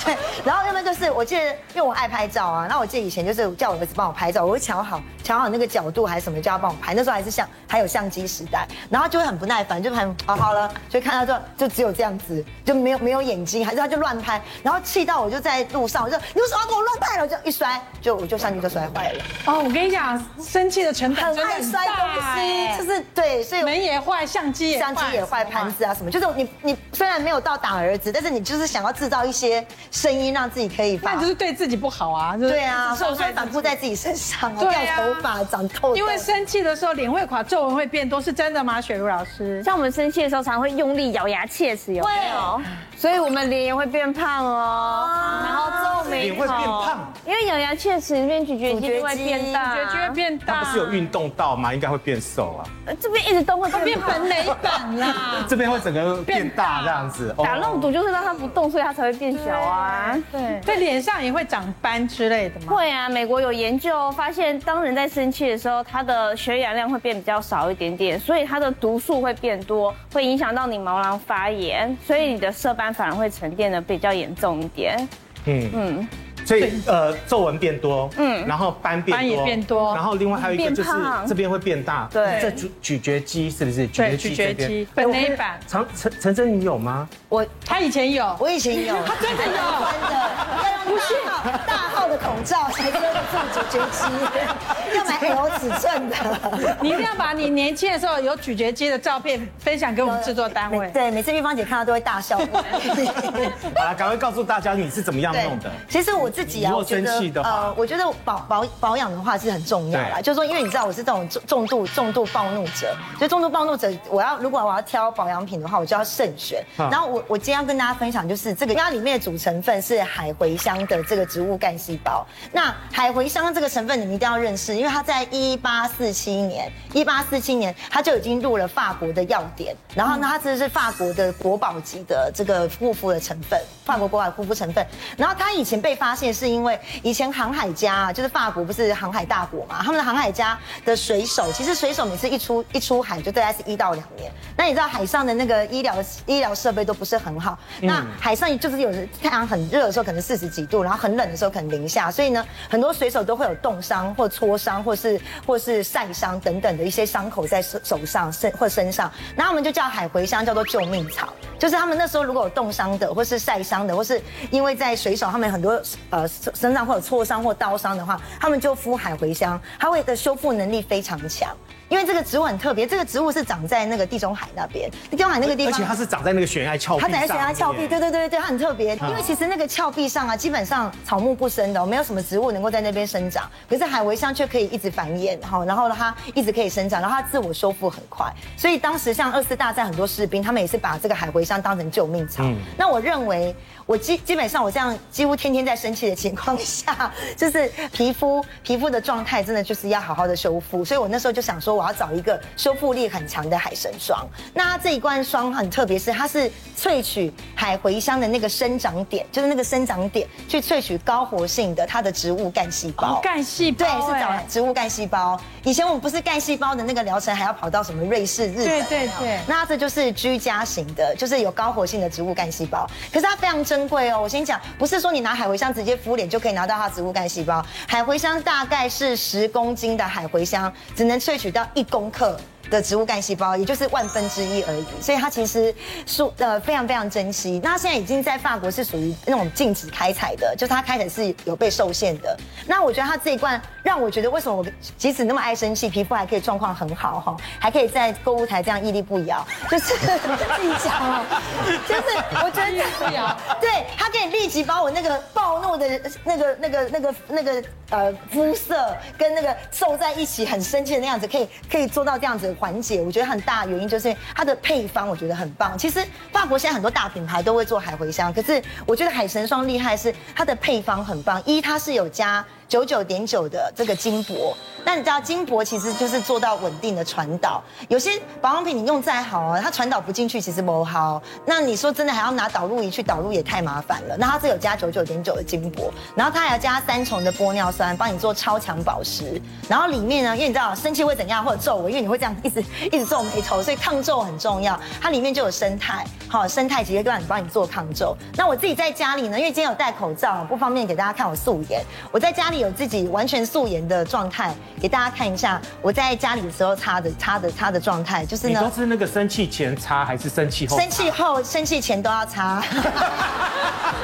Speaker 4: 对， [laughs] 然后要么就是我记得，因为我爱拍照啊，那我记得以前就是叫我儿子帮我拍照，我会瞧好瞧好那个角度还是什么，就要帮我拍，那时候还是相还有相机时代，然后就会很不耐烦，就很哦好了，就看到就就只有这样子，就没有没有眼睛，还是他就乱拍，然后气到我就在路上，我就你为什么要给我乱拍了？我就一摔，就我就相机就摔坏了，
Speaker 3: 哦，我跟你讲，生气的成本
Speaker 4: 很
Speaker 3: 真的
Speaker 4: 爱
Speaker 3: 很
Speaker 4: 摔
Speaker 3: 大
Speaker 4: 东西，
Speaker 3: 哎
Speaker 4: 就。是对，所以我
Speaker 3: 门也坏，相机也坏，
Speaker 4: 相机也坏，盘子啊什么，就是你你虽然没有到打儿子，但是你就是想要制造一些声音，让自己可以发
Speaker 3: 那就是对自己不好啊。就是
Speaker 4: 对啊，所以
Speaker 3: 受
Speaker 4: 我说
Speaker 3: 伤
Speaker 4: 反扑在自己身上啊，掉
Speaker 3: 对啊
Speaker 4: 头发、长痘痘，
Speaker 3: 因为生气的时候脸会垮，皱纹会变多，是真的吗？雪茹老师，
Speaker 2: 像我们生气的时候，常会用力咬牙切齿，有没有？所以我们脸也会变胖哦，然后皱眉
Speaker 1: 啊脸会变胖，
Speaker 2: 因为咬牙切齿，那边咀嚼肌就会变大，
Speaker 3: 感觉会变
Speaker 1: 他
Speaker 3: 大，
Speaker 1: 不是有运动到吗？应该会变瘦啊，
Speaker 2: 呃这边一直都会
Speaker 1: [laughs]
Speaker 3: 变本垒本啦。
Speaker 1: 这边会整个变大这样子。哦
Speaker 2: 打肉毒就是让它不动，所以它才会变小啊。
Speaker 3: 对，对，脸上也会长斑之类的嘛。
Speaker 2: 会啊，美国有研究发现，当人在生气的时候，他的血氧量会变比较少一点点，所以他的毒素会变多，会影响到你毛囊发炎，所以你的色斑反而会沉淀的比较严重一点。
Speaker 1: 嗯嗯，所以呃，皱纹变多，嗯，然后斑变多，
Speaker 3: 斑也变多
Speaker 1: 然后另外还有一个就是
Speaker 2: 变胖
Speaker 1: 这边会变大，
Speaker 2: 对
Speaker 1: 这咀咀嚼肌是不是？咀
Speaker 3: 对，咀嚼
Speaker 1: 这边哎
Speaker 3: 肌、本垒板，
Speaker 1: 常陈陈真，你有吗？
Speaker 4: 我
Speaker 3: 他以前有，
Speaker 4: 我以前有，
Speaker 3: 他真的有。
Speaker 4: 真的要用大号大号的口笼罩才遮得住咀嚼肌，要买 L 尺
Speaker 3: [laughs]
Speaker 4: 寸的。
Speaker 3: 你一定要把你年轻的时候有咀嚼肌的照片分享给我们制作单位
Speaker 4: 每。对，每次玉芳姐看到都会大笑。
Speaker 1: [laughs] 好了，赶快告诉大家你是怎么样弄的。
Speaker 4: 其实我自己啊，
Speaker 1: 如
Speaker 4: 我
Speaker 1: 果
Speaker 4: 觉
Speaker 1: 生
Speaker 4: 得
Speaker 1: 气的话
Speaker 4: 呃，我觉得保保保养的话是很重要啦。
Speaker 1: 对
Speaker 4: 就是说，因为你知道我是这种重重度重度暴怒者，所以重度暴怒者，我要如果我要挑保养品的话，我就要慎选。
Speaker 1: 啊
Speaker 4: 然后我我今天要跟大家分享就是这个，因为它里面的主成分是海茴香的这个植物干细胞。那海茴香这个成分你们一定要认识，因为它在一八四七年，一八四七年它就已经入了法国的药典，然后呢，它这是法国的国宝级的这个护肤的成分，法国国宝护肤成分。然后它以前被发现是因为以前航海家啊，就是法国不是航海大国嘛，他们的航海家的水手，其实水手每次一出一出海就大概是一到两年。那你知道海上的那个医疗医疗设备都不是很好，
Speaker 1: 嗯
Speaker 4: 那海上就是有时太阳很热的时候可能四十几度，然后很冷的时候可能零下，所以呢，很多水手都会有冻伤或挫伤，或是或是晒伤等等的一些伤口在手手上身或身上，那我们就叫海茴香叫做救命草，就是他们那时候如果有冻伤的，或是晒伤的，或是因为在水手他们很多呃身身上会有挫伤或刀伤的话，他们就敷海茴香，它会的修复能力非常强。因为这个植物很特别，这个植物是长在那个地中海那边，地中海那个地
Speaker 1: 而
Speaker 4: 方，
Speaker 1: 且它是长在那个悬崖峭壁
Speaker 4: 它
Speaker 1: 上面，嗯
Speaker 4: 等下悬崖峭壁，对对对对，它很特别，因为其实那个峭壁上啊，基本上草木不生的哦，没有什么植物能够在那边生长，可是海茴香却可以一直繁衍，哈，然后它一直可以生长，然后它自我修复很快，所以当时像二次大战很多士兵，他们也是把这个海茴香当成救命草。
Speaker 1: 嗯
Speaker 4: 那我认为，我基基本上我这样几乎天天在生气的情况下， [laughs] 就是皮肤皮肤的状态真的就是要好好的修复，所以我那时候就想说，我要找一个修复力很强的海参霜。那它这一罐霜很特别，是它是萃取海茴香的那个生长点，就是那个生长点去萃取高活性的它的植物干细胞。
Speaker 3: 哦干细胞
Speaker 4: 对，是找
Speaker 3: 哎
Speaker 4: 植物干细胞。以前我们不是干细胞的那个疗程，还要跑到什么瑞士、日本。啊
Speaker 3: 对对对
Speaker 4: 那这就是居家型的，就是有高活性的植物干细胞。可是它非常珍贵哦。我先讲，不是说你拿海茴香直接敷脸就可以拿到它的植物干细胞。海茴香大概是十公斤的海茴香，只能萃取到一公克。的植物干细胞，也就是万分之一而已，所以它其实数呃非常非常珍惜。那现在已经在法国是属于那种禁止开采的，就是它开采是有被受限的。那我觉得它这一罐让我觉得为什么我即使那么爱生气，皮肤还可以状况很好哈，还可以在购物台这样屹立不摇，就是 [laughs] 自己讲哦，就是我觉得
Speaker 3: 不摇
Speaker 4: 对他可以立即把我那个暴怒的那个、那个、那个、那个呃肤色跟那个皱在一起很生气的那样子，可以可以做到这样子缓解。我觉得很大原因就是它的配方，我觉得很棒。其实法国现在很多大品牌都会做海茴香，可是我觉得海神霜厉害是它的配方很棒，一它是有加。九九点九的这个金箔，那你知道金箔其实就是做到稳定的传导。有些保养品你用再好啊，它传导不进去，其实不好。那你说真的还要拿导入仪去导入，也太麻烦了。那它这有加九九点九的金箔，然后它还要加三重的玻尿酸，帮你做超强保湿。然后里面呢，因为你知道生气会怎样，或者皱纹，因为你会这样一直一直皱眉头，所以抗皱很重要。它里面就有生态，好，生态直接让你帮你做抗皱。那我自己在家里呢，因为今天有戴口罩，不方便给大家看我素颜。我在家里有自己完全素颜的状态，给大家看一下我在家里的时候擦的擦的擦的状态，就是
Speaker 1: 你
Speaker 4: 呢
Speaker 1: 都。是那个生气前擦还是生气后？
Speaker 4: 生气后、生气前都要擦， [laughs]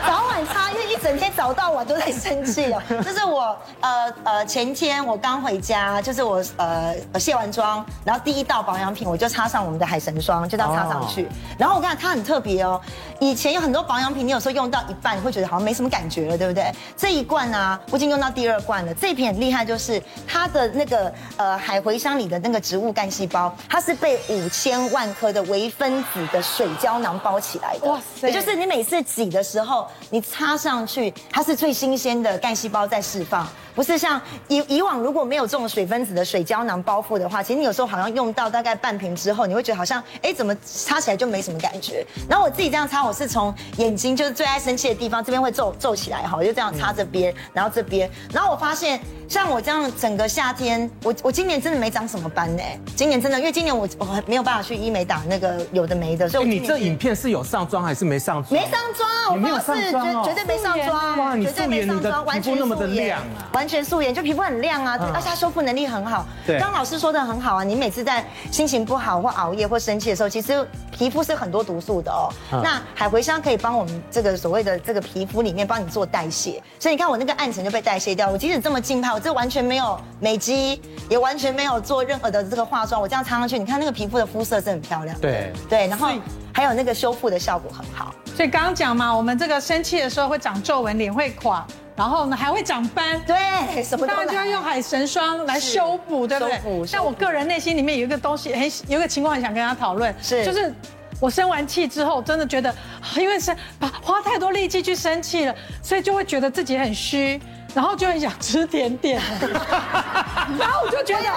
Speaker 4: 早晚擦，因为一整天早到晚都在生气哦。这是我呃呃前天我刚回家，就是我呃卸完妆，然后第一道保养品我就擦上我们的海神霜，就这样擦上去。然后我跟你讲，它很特别哦。以前有很多保养品，你有时候用到一半，你会觉得好像没什么感觉了，对不对？这一罐啊，我已经用到第二罐了。这一瓶很厉害，就是它的那个呃海茴香里的那个植物干细胞，它是被五千万颗的微分子的水胶囊包起来的。
Speaker 3: 哇
Speaker 4: 哇
Speaker 3: 塞
Speaker 4: 塞！也就是你每次挤的时候，你插上去，它是最新鲜的干细胞在释放。不是像以以往如果没有这种水分子的水胶囊包覆的话，其实你有时候好像用到大概半瓶之后，你会觉得好像哎怎么擦起来就没什么感觉。然后我自己这样擦，我是从眼睛就是最爱生气的地方这边会皱皱起来哈，我就这样擦这边，然后这边，然后我发现像我这样整个夏天，我我今年真的没长什么斑呢。今年真的，因为今年我我没有办法去医美打那个有的没的，所以
Speaker 1: 哎
Speaker 4: 我今
Speaker 1: 你
Speaker 4: 年
Speaker 1: 这
Speaker 4: 是
Speaker 1: 影片是有上妆还是没上妆？
Speaker 4: 没上妆啊，我
Speaker 1: 你没有
Speaker 4: 爸
Speaker 1: 上
Speaker 4: 是
Speaker 1: 妆哦
Speaker 4: 绝绝对没上妆，
Speaker 1: 哇你
Speaker 4: 绝对没
Speaker 1: 素颜
Speaker 4: 上
Speaker 1: 你的
Speaker 4: 妆，
Speaker 1: 皮
Speaker 4: 完
Speaker 1: 肤
Speaker 4: 全
Speaker 1: 那么的
Speaker 4: 素颜
Speaker 1: 亮啊
Speaker 4: 完全素颜，就皮肤很亮啊，而且她修复能力很好。
Speaker 1: 对
Speaker 4: 刚老师说的很好啊，你每次在心情不好或熬夜或生气的时候，其实皮肤是很多毒素的哦。
Speaker 1: 嗯
Speaker 4: 那海茴香可以帮我们这个所谓的这个皮肤里面帮你做代谢，所以你看我那个暗沉就被代谢掉。我即使这么浸泡，我这完全没有美肌，也完全没有做任何的这个化妆，我这样擦上去，你看那个皮肤的肤色是很漂亮的。
Speaker 1: 对
Speaker 4: 对，然后还有那个修复的效果很好。
Speaker 3: 所以刚刚讲嘛，我们这个生气的时候会长皱纹，脸会垮，然后呢还会长斑。
Speaker 4: 对，什么都
Speaker 3: 当然就要
Speaker 4: 来
Speaker 3: 用海神霜来修补，对不对
Speaker 4: 修补？修
Speaker 3: 但
Speaker 4: 补
Speaker 3: 我个人内心里面有一个东西，很有一个情况很想跟他讨论，
Speaker 4: 是
Speaker 3: 就是我生完气之后，真的觉得啊因为生把花太多力气去生气了，所以就会觉得自己很虚。然后就很想吃甜
Speaker 4: [laughs]
Speaker 3: 点，然后我就觉得，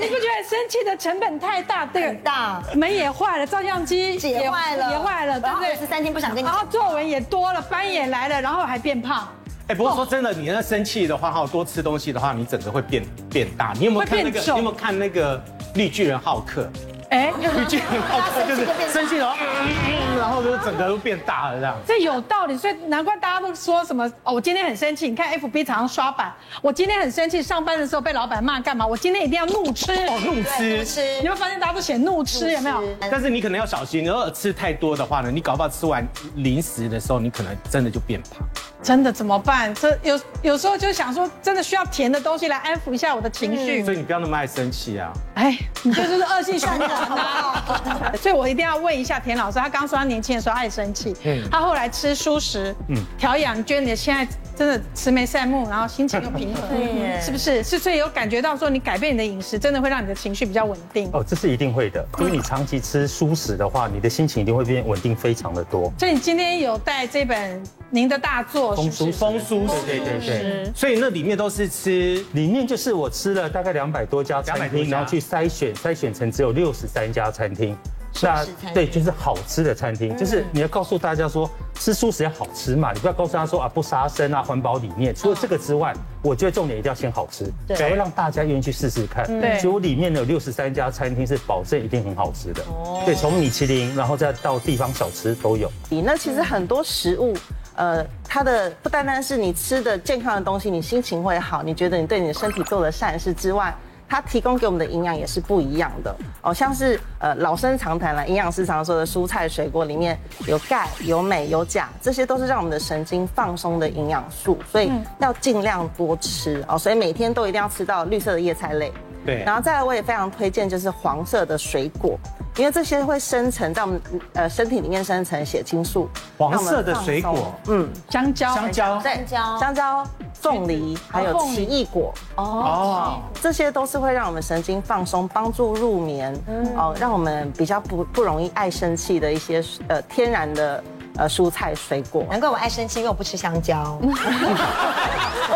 Speaker 3: 你不觉得生气的成本太大？对，
Speaker 4: 很大
Speaker 3: 门也坏了，照相机
Speaker 4: 解坏了，
Speaker 3: 也坏了，对
Speaker 4: 然
Speaker 3: 不
Speaker 4: 后
Speaker 3: 对
Speaker 4: 十？三天不想跟你
Speaker 3: 然后皱纹也多了，斑也来了，然后还变胖。
Speaker 1: 哎，不过说真的，你那生气的话，哈，多吃东西的话，你整个会变变大。你有没有看那个？
Speaker 3: 会变
Speaker 1: 你
Speaker 3: 重
Speaker 1: 有没有看那个绿巨人浩克？ [laughs]
Speaker 3: 哎，
Speaker 4: 哦
Speaker 1: 绿巨人浩克就是生气然后，嗯嗯嗯然后就整个都变大了这样。
Speaker 3: 这有道理，所以难怪大家都说什么哦，我今天很生气。你看 FB 常常刷版，我今天很生气，上班的时候被老板骂干嘛？我今天一定要怒吃。
Speaker 1: 哦，怒
Speaker 4: 对
Speaker 1: 吃
Speaker 4: 不。吃
Speaker 3: 你会发现大家都写怒吃，有没有？
Speaker 1: 但是你可能要小心，你如果吃太多的话呢，你搞不好吃完零食的时候，你可能真的就变胖。
Speaker 3: 真的怎么办？这有有时候就想说，真的需要甜的东西来安抚一下我的情绪。
Speaker 1: 所以你不要那么爱生气啊。
Speaker 3: 哎，你这就是恶性循环
Speaker 4: 好不好
Speaker 3: 啊！ [laughs] 所以我一定要问一下田老师，他刚说他年轻的时候爱生气，
Speaker 1: 嗯
Speaker 3: 他后来吃蔬食，嗯，调养，你觉得你现在真的慈眉善目，然后心情又平 [laughs] 和，
Speaker 4: 耶
Speaker 3: 是不是？是所以有感觉到说你改变你的饮食，真的会让你的情绪比较稳定。
Speaker 5: 哦，这是一定会的，因为你长期吃蔬食的话，你的心情一定会变稳定非常的多。
Speaker 3: 所以你今天有带这本您的大作，是不是
Speaker 5: 丰收
Speaker 1: 风蔬食，
Speaker 5: 对对对，
Speaker 1: 所以那里面都是吃
Speaker 5: 里面就是我吃了大概两百多家餐
Speaker 1: 200多
Speaker 5: 厅，
Speaker 1: 家
Speaker 5: 然后去筛选，筛选成只有六十三家餐厅。
Speaker 4: 食餐厅嗯
Speaker 5: 对，就是好吃的餐厅，就是你要告诉大家说，吃素食要好吃嘛，你不要告诉他说啊不杀生啊，环保理念。除了这个之外，我觉得重点一定要先好吃，
Speaker 4: 嗯对嗯
Speaker 5: 才会让大家愿意去试试看。
Speaker 3: 对
Speaker 5: 所以我里面呢有六十三家餐厅是保证一定很好吃的，
Speaker 4: 哦
Speaker 5: 对，从米其林，然后再到地方小吃都有。
Speaker 6: 那其实很多食物，呃，它的不单单是你吃的健康的东西，你心情会好，你觉得你对你的身体做了善事之外。它提供给我们的营养也是不一样的哦，像是呃老生常谈了，营养师常说的蔬菜水果里面有钙、有镁、有钾，这些都是让我们的神经放松的营养素，所以要尽量多吃哦，所以每天都一定要吃到绿色的叶菜类，
Speaker 1: 对
Speaker 6: 然后再来，我也非常推荐就是黄色的水果，因为这些会生成在我们呃身体里面生成血清素。
Speaker 1: 黄色的水果，
Speaker 6: 嗯，
Speaker 3: 香蕉，
Speaker 1: 香蕉
Speaker 4: 对焦
Speaker 6: 香蕉、凤梨还有奇异果，
Speaker 1: 哦，
Speaker 6: 这些都是会让我们神经放松，帮助入眠，哦，让我们比较不不容易爱生气的一些呃天然的呃蔬菜水果。
Speaker 4: 难怪我爱生气，因为我不吃香
Speaker 3: [laughs]
Speaker 4: 蕉，我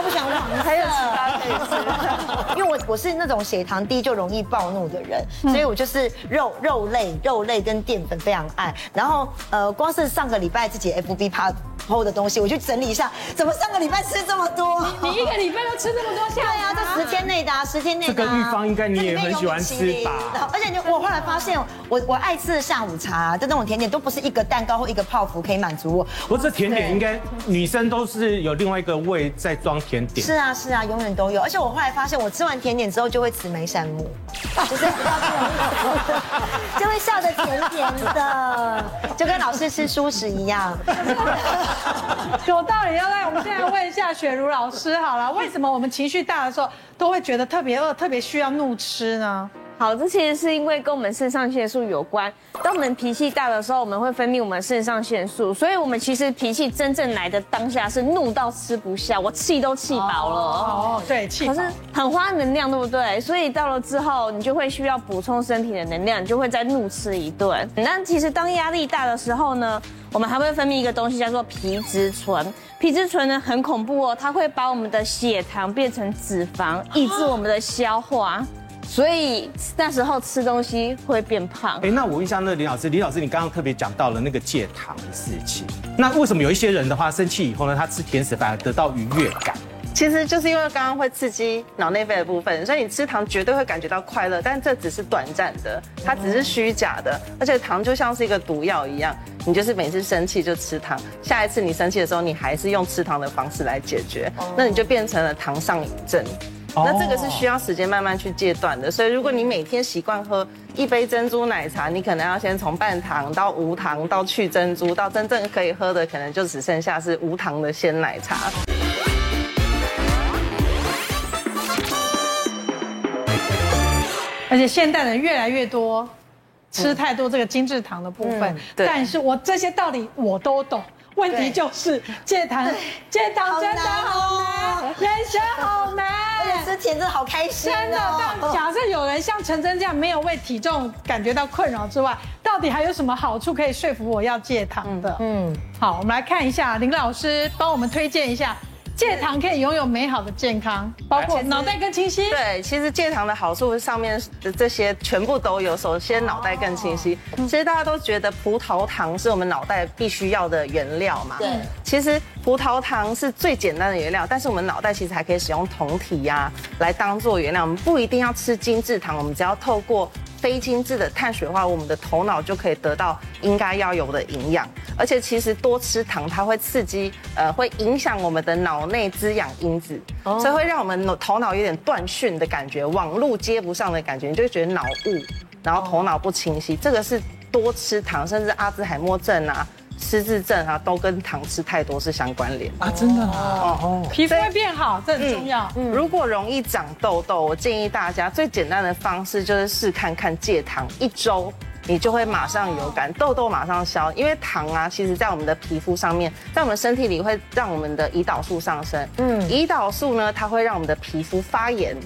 Speaker 4: 不喜欢黄色，还有其他可以吃。因为我我是那种血糖低就容易暴怒的人，
Speaker 3: 嗯
Speaker 4: 所以我就是肉肉类、肉类跟淀粉非常爱。然后呃，光是上个礼拜自己 FB 趴 PO 的东西，我去整理一下，怎么上个礼拜吃这么多？
Speaker 3: 你一个礼拜都吃这么多下
Speaker 4: 对
Speaker 3: 来
Speaker 4: 啊，这十天内的、啊，十天内的、啊。
Speaker 1: 这个玉芳应该你也很喜欢吃吧
Speaker 4: 然后而且我后来发现，我我爱吃的下午茶，就那种甜点都不是一个蛋糕或一个泡芙可以满足我。
Speaker 1: 不过这甜点应该女生都是有另外一个胃在装甜点
Speaker 4: 是。啊是啊，永远都有。而且我后来发现，我吃完甜点之后就会慈眉善目，就是比较不容易 [laughs] 笑就会笑得甜甜的，就跟老师吃蔬食一样。
Speaker 3: [laughs] 有道理，要来，我们现在问一下雪茹老师好了，为什么我们情绪大的时候都会觉得特别饿，特别需要怒吃呢？
Speaker 2: 好，这其实是因为跟我们肾上腺素有关。当我们脾气大的时候，我们会分泌我们肾上腺素，所以我们其实脾气真正来的当下是怒到吃不下，我气都气饱了。
Speaker 3: 哦，对，气
Speaker 2: 可
Speaker 3: 饱。
Speaker 2: 是很花能量，对不对？所以到了之后，你就会需要补充身体的能量，你就会再怒吃一顿。那其实当压力大的时候呢，我们还会分泌一个东西叫做皮质醇。皮质醇呢很恐怖哦，它会把我们的血糖变成脂肪，抑制我们的消化，所以那时候吃东西会变胖。
Speaker 1: 哎，那我问一下那李老师，李老师，你刚刚特别讲到了那个戒糖的事情，那为什么有一些人的话，生气以后呢，他吃甜食反而得到愉悦感？
Speaker 6: 其实就是因为刚刚会刺激脑内啡的部分，所以你吃糖绝对会感觉到快乐，但这只是短暂的，它只是虚假的，而且糖就像是一个毒药一样，你就是每次生气就吃糖，下一次你生气的时候，你还是用吃糖的方式来解决，那你就变成了糖上瘾症。那这个是需要时间慢慢去戒断的，所以如果你每天习惯喝一杯珍珠奶茶，你可能要先从半糖到无糖到去珍珠，到真正可以喝的，可能就只剩下是无糖的鲜奶茶。
Speaker 3: 而且现代人越来越多吃太多这个精制糖的部分，
Speaker 6: 对
Speaker 3: 但是我这些道理我都懂。问题
Speaker 4: 对
Speaker 3: 就是戒糖，戒糖真的好
Speaker 4: 好
Speaker 3: 难
Speaker 4: 难，
Speaker 3: 人生好难。
Speaker 4: 而且之哎前真的好开心
Speaker 3: 真的，但
Speaker 4: 哦。
Speaker 3: 假设有人像陈真这样没有为体重感觉到困扰之外，到底还有什么好处可以说服我要戒糖的？嗯，好，我们来看一下林老师帮我们推荐一下，戒糖可以拥有美好的健康，包括脑袋更清晰。
Speaker 6: 对，其实戒糖的好处上面的这些全部都有。首先脑袋更清晰。其实大家都觉得葡萄糖是我们脑袋必须要的原料嘛。
Speaker 4: 对。
Speaker 6: 其实葡萄糖是最简单的原料，但是我们脑袋其实还可以使用酮体呀、来当做原料。我们不一定要吃精制糖，我们只要透过非精致的碳水化合物，我们的头脑就可以得到应该要有的营养。而且其实多吃糖，它会刺激，呃，会影响我们的脑内滋养因子，所以会让我们脑头脑有点断讯的感觉，网路接不上的感觉，你就会觉得脑雾，然后头脑不清晰。这个是多吃糖，甚至阿兹海默症啊、失智症啊，都跟糖吃太多是相关联。
Speaker 7: 啊，真的啊，哦，
Speaker 3: 皮肤会变好，这很重要。
Speaker 6: 如果容易长痘痘，我建议大家最简单的方式就是试看看戒糖一周。你就会马上有感，痘痘马上消，因为糖啊，其实在我们的皮肤上面，在我们身体里会让我们的胰岛素上升。嗯，胰岛素呢，它会让我们的皮肤发炎，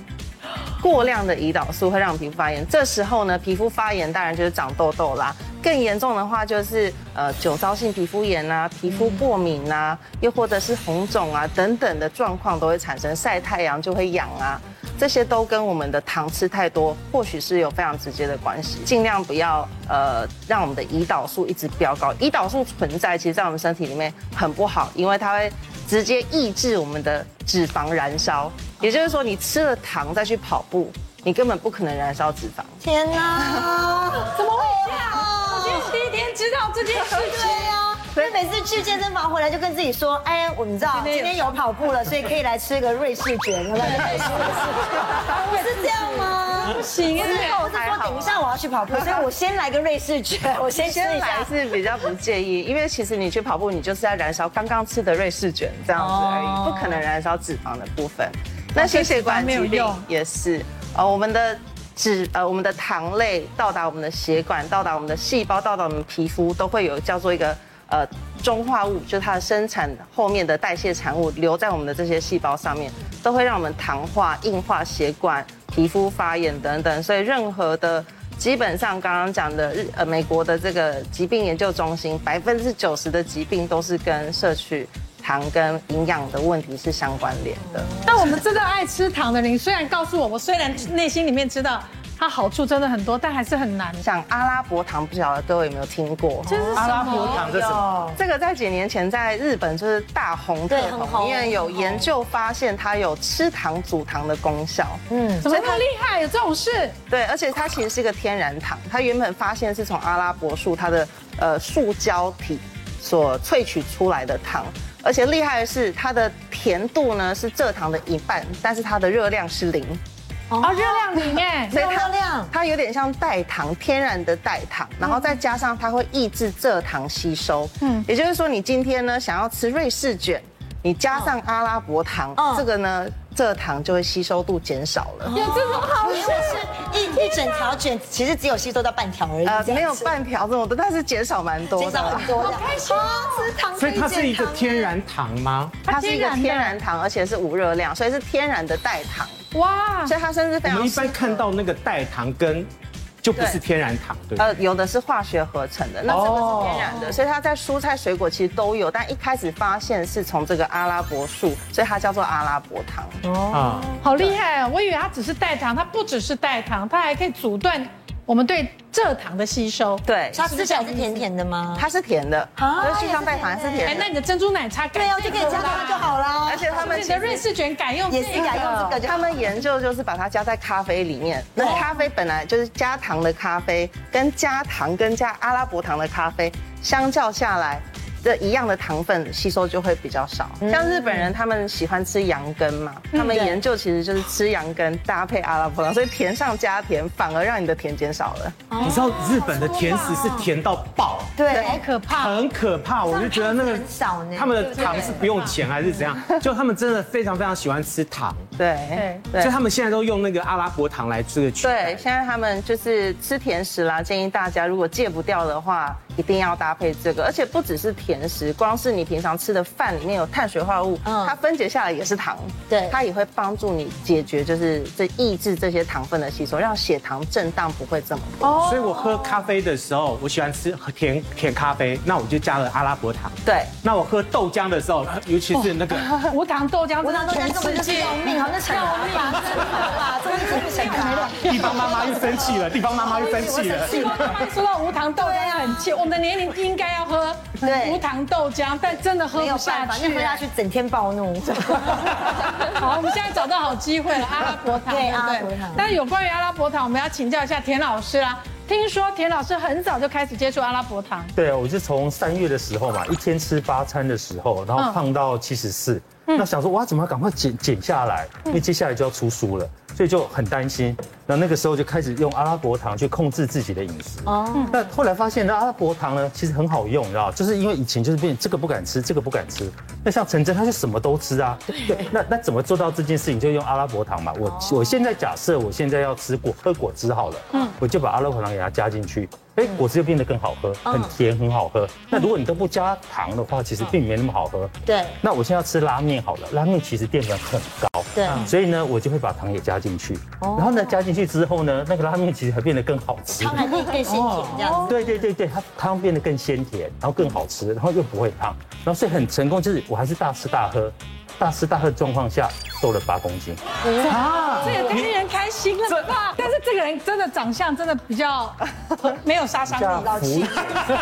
Speaker 6: 过量的胰岛素会让皮肤发炎，这时候呢，皮肤发炎当然就是长痘痘啦。更严重的话就是呃酒糟性皮肤炎啊、皮肤过敏啊，又或者是红肿啊等等的状况都会产生，晒太阳就会痒啊，这些都跟我们的糖吃太多或许是有非常直接的关系。尽量不要呃让我们的胰岛素一直飙高，胰岛素存在其实在我们身体里面很不好，因为它会直接抑制我们的脂肪燃烧。也就是说，你吃了糖再去跑步，你根本不可能燃烧脂肪。
Speaker 4: 天哪！
Speaker 3: [laughs] 怎么会这样？我今天是第一天知道这件事情。
Speaker 4: 对啊，所以每次去健身房回来就跟自己说，哎，我们知道今天有跑步了，所以可以来吃个瑞士卷，有没有？是这样吗？
Speaker 3: 不行
Speaker 4: 不是，我是说等一下我要去跑步，所以我先来个瑞士卷，我先吃
Speaker 6: 先
Speaker 4: 一下
Speaker 6: 来。是比较不介意，因为其实你去跑步，你就是在燃烧刚刚吃的瑞士卷这样子而
Speaker 4: 哦
Speaker 6: 已，不可能燃烧脂肪的部分。那心血管疾病也是，呃，我们的脂呃我们的糖类到达我们的血管，到达我们的细胞，到达我们皮肤，都会有叫做一个呃中化物，就是它的生产后面的代谢产物留在我们的这些细胞上面，都会让我们糖化、硬化血管、皮肤发炎等等。所以任何的基本上刚刚讲的日呃美国的这个疾病研究中心，百分之九十的疾病都是跟摄取糖跟营养的问题是相关联的。
Speaker 3: 但我们知道爱吃糖的人，虽然告诉我，我虽然内心里面知道它好处真的很多，但还是很难。
Speaker 6: 像阿拉伯糖，不晓得各位有没有听
Speaker 4: 哦
Speaker 6: 过？
Speaker 3: 这是什么？
Speaker 4: 哎
Speaker 5: 糖这是什么？
Speaker 6: 这个在几年前在日本就是大红特
Speaker 4: 对很
Speaker 6: 红，
Speaker 4: 红
Speaker 6: 因为有研究发现它有吃糖阻糖的功效。嗯，
Speaker 3: 怎么那么厉害？有这种事？
Speaker 6: 对，而且它其实是一个天然糖，它原本发现是从阿拉伯树它的呃塑胶体所萃取出来的糖，而且厉害的是它的甜度呢是蔗糖的一半，但是它的热量是零。
Speaker 3: 啊，热量零哎，
Speaker 6: 所以它
Speaker 4: 热量
Speaker 6: 它有点像代糖，天然的代糖，
Speaker 4: 嗯
Speaker 6: 然后再加上它会抑制蔗糖吸收。嗯，也就是说，你今天呢想要吃瑞士卷，你加上阿拉伯糖，
Speaker 4: 嗯
Speaker 6: 这个呢蔗糖就会吸收度减少了。
Speaker 4: 哦
Speaker 3: 有这种好
Speaker 4: 因为我是一一整条卷，其实只有吸收到半条而已，
Speaker 6: 呃，
Speaker 4: 这样
Speaker 6: 没有
Speaker 4: 子
Speaker 6: 半瓢这么多，但是减少蛮多
Speaker 4: 减
Speaker 6: 的
Speaker 4: 少
Speaker 6: 啦。
Speaker 4: 很多。好开心，吃糖
Speaker 1: 啊所以它是一个天然糖吗？
Speaker 6: 它是一个天然糖，而且是无热量，所以是天然的代糖，
Speaker 3: 哇！
Speaker 6: 所以它甚至
Speaker 1: 我
Speaker 6: 非常
Speaker 1: 们一般看到那个代糖跟就不是天然糖，对不对。
Speaker 6: 呃，有的是化学合成的，那这个是天然的，所以它在蔬菜水果其实都有，但一开始发现是从这个阿拉伯树，所以它叫做阿拉伯糖。
Speaker 1: 啊，
Speaker 3: 好厉害啊！我以为它只是代糖，它不只是代糖，它还可以阻断我们对蔗糖的吸收。
Speaker 6: 对，
Speaker 4: 它吃起来是甜甜的吗？
Speaker 6: 它是甜的，
Speaker 4: 啊
Speaker 6: 就是去香代糖是
Speaker 3: 哎
Speaker 6: 甜，的
Speaker 3: 那，你的珍珠奶茶
Speaker 4: 对啊，我就可以加它就好啦。
Speaker 6: 而且他们
Speaker 3: 所以你的瑞士卷改用这
Speaker 4: 也
Speaker 3: 个
Speaker 4: 是呀，用这个就
Speaker 6: 他们研究就是把它加在咖啡里面。那咖啡本来就是加糖的咖啡，跟加糖跟加阿拉伯糖的咖啡相较下来。这一样的糖分吸收就会比较少，像日本人他们喜欢吃羊羹嘛，他们研究其实就是吃羊羹搭配阿拉伯糖，所以甜上加甜，反而让你的甜减少了。
Speaker 1: 你知道日本的甜食是甜到爆，
Speaker 4: 对，啊
Speaker 3: 好可怕哦。
Speaker 1: 很可怕，我就觉得那个
Speaker 4: 很少呢
Speaker 1: 他们的糖是不用钱还是怎样？就他们真的非常非常喜欢吃糖，
Speaker 6: 对
Speaker 1: 所以
Speaker 6: 对
Speaker 1: 他们现在都用那个阿拉伯糖来这个取代
Speaker 6: 对，现在他们就是吃甜食啦，建议大家如果戒不掉的话，一定要搭配这个，而且不只是甜食，光是你平常吃的饭里面有碳水化合物，
Speaker 4: 嗯
Speaker 6: 它分解下来也是糖，
Speaker 4: 对
Speaker 6: 它也会帮助你解决就是这抑制这些糖分的吸收，让血糖震荡不会这么
Speaker 4: 哦
Speaker 6: 多。
Speaker 1: 所以我喝咖啡的时候，我喜欢吃甜甜咖啡，那我就加了阿拉伯糖。
Speaker 6: 对，
Speaker 1: 那我喝豆浆的时候， [laughs] 尤其是那个，
Speaker 3: 无糖豆浆，
Speaker 4: 我那豆浆根本就是要命，啊好，那惩罚吧，惩罚吧，这是不是惩罚？
Speaker 1: 地方妈妈又生气了，地方妈妈又生气了。
Speaker 3: 奇怪，刚才 [laughs] 说到无糖豆浆很气，我们的年龄应该要喝
Speaker 4: 对啊
Speaker 3: 无糖豆浆，但真的喝
Speaker 4: 没有
Speaker 3: 不下
Speaker 4: 办法，那
Speaker 3: 去
Speaker 4: 喝。下去整天暴怒。
Speaker 3: [laughs] 好，我们现在找到好机会了，阿拉伯糖，
Speaker 4: 对
Speaker 3: 不
Speaker 4: 阿拉伯糖
Speaker 3: 但有关于阿拉伯糖，我们要请教一下田老师啦。听说田老师很早就开始接触阿拉伯
Speaker 4: 哦
Speaker 3: 糖，
Speaker 5: 对，啊我是从三月的时候嘛，一天吃八餐的时候，然后胖到七十四，那想说哇，怎么赶快减减下来？因为接下来就要出书了，所以就很担心。那那个时候就开始用阿拉伯糖去控制自己的饮食。哦，那后来发现那阿拉伯糖呢，其实很好用，你知道，就是因为以前就是变这个不敢吃，这个不敢吃。那像陈真，他就什么都吃啊。对。哦那那怎么做到这件事情？就用阿拉伯糖嘛。我我现在假设我现在要吃果喝果汁好了，嗯，我就把阿拉伯糖给它加进去，哎，果汁就变得更好喝，很甜，很好喝。那如果你都不加糖的话，其实并没那么好喝。
Speaker 4: 对
Speaker 5: 那我现在要吃拉面好了，拉面其实淀粉很高，嗯
Speaker 4: 对
Speaker 5: 所以呢，我就会把糖也加进去。然后呢，加进去之后呢，那个拉面其实还变得更好吃。
Speaker 4: 糖还可以更鲜甜这样子。
Speaker 5: 对对对对，它汤变得更鲜甜，然后更好吃，然后又不会胖，然后所以很成功，就是我还是大吃大喝，大吃大喝的状况下瘦了八公斤。
Speaker 1: 啊
Speaker 3: 这也令人开心了吧？
Speaker 4: [laughs]
Speaker 3: 但是这个人真的长相真的比较没有杀伤
Speaker 5: 比较
Speaker 3: 力，
Speaker 5: 浮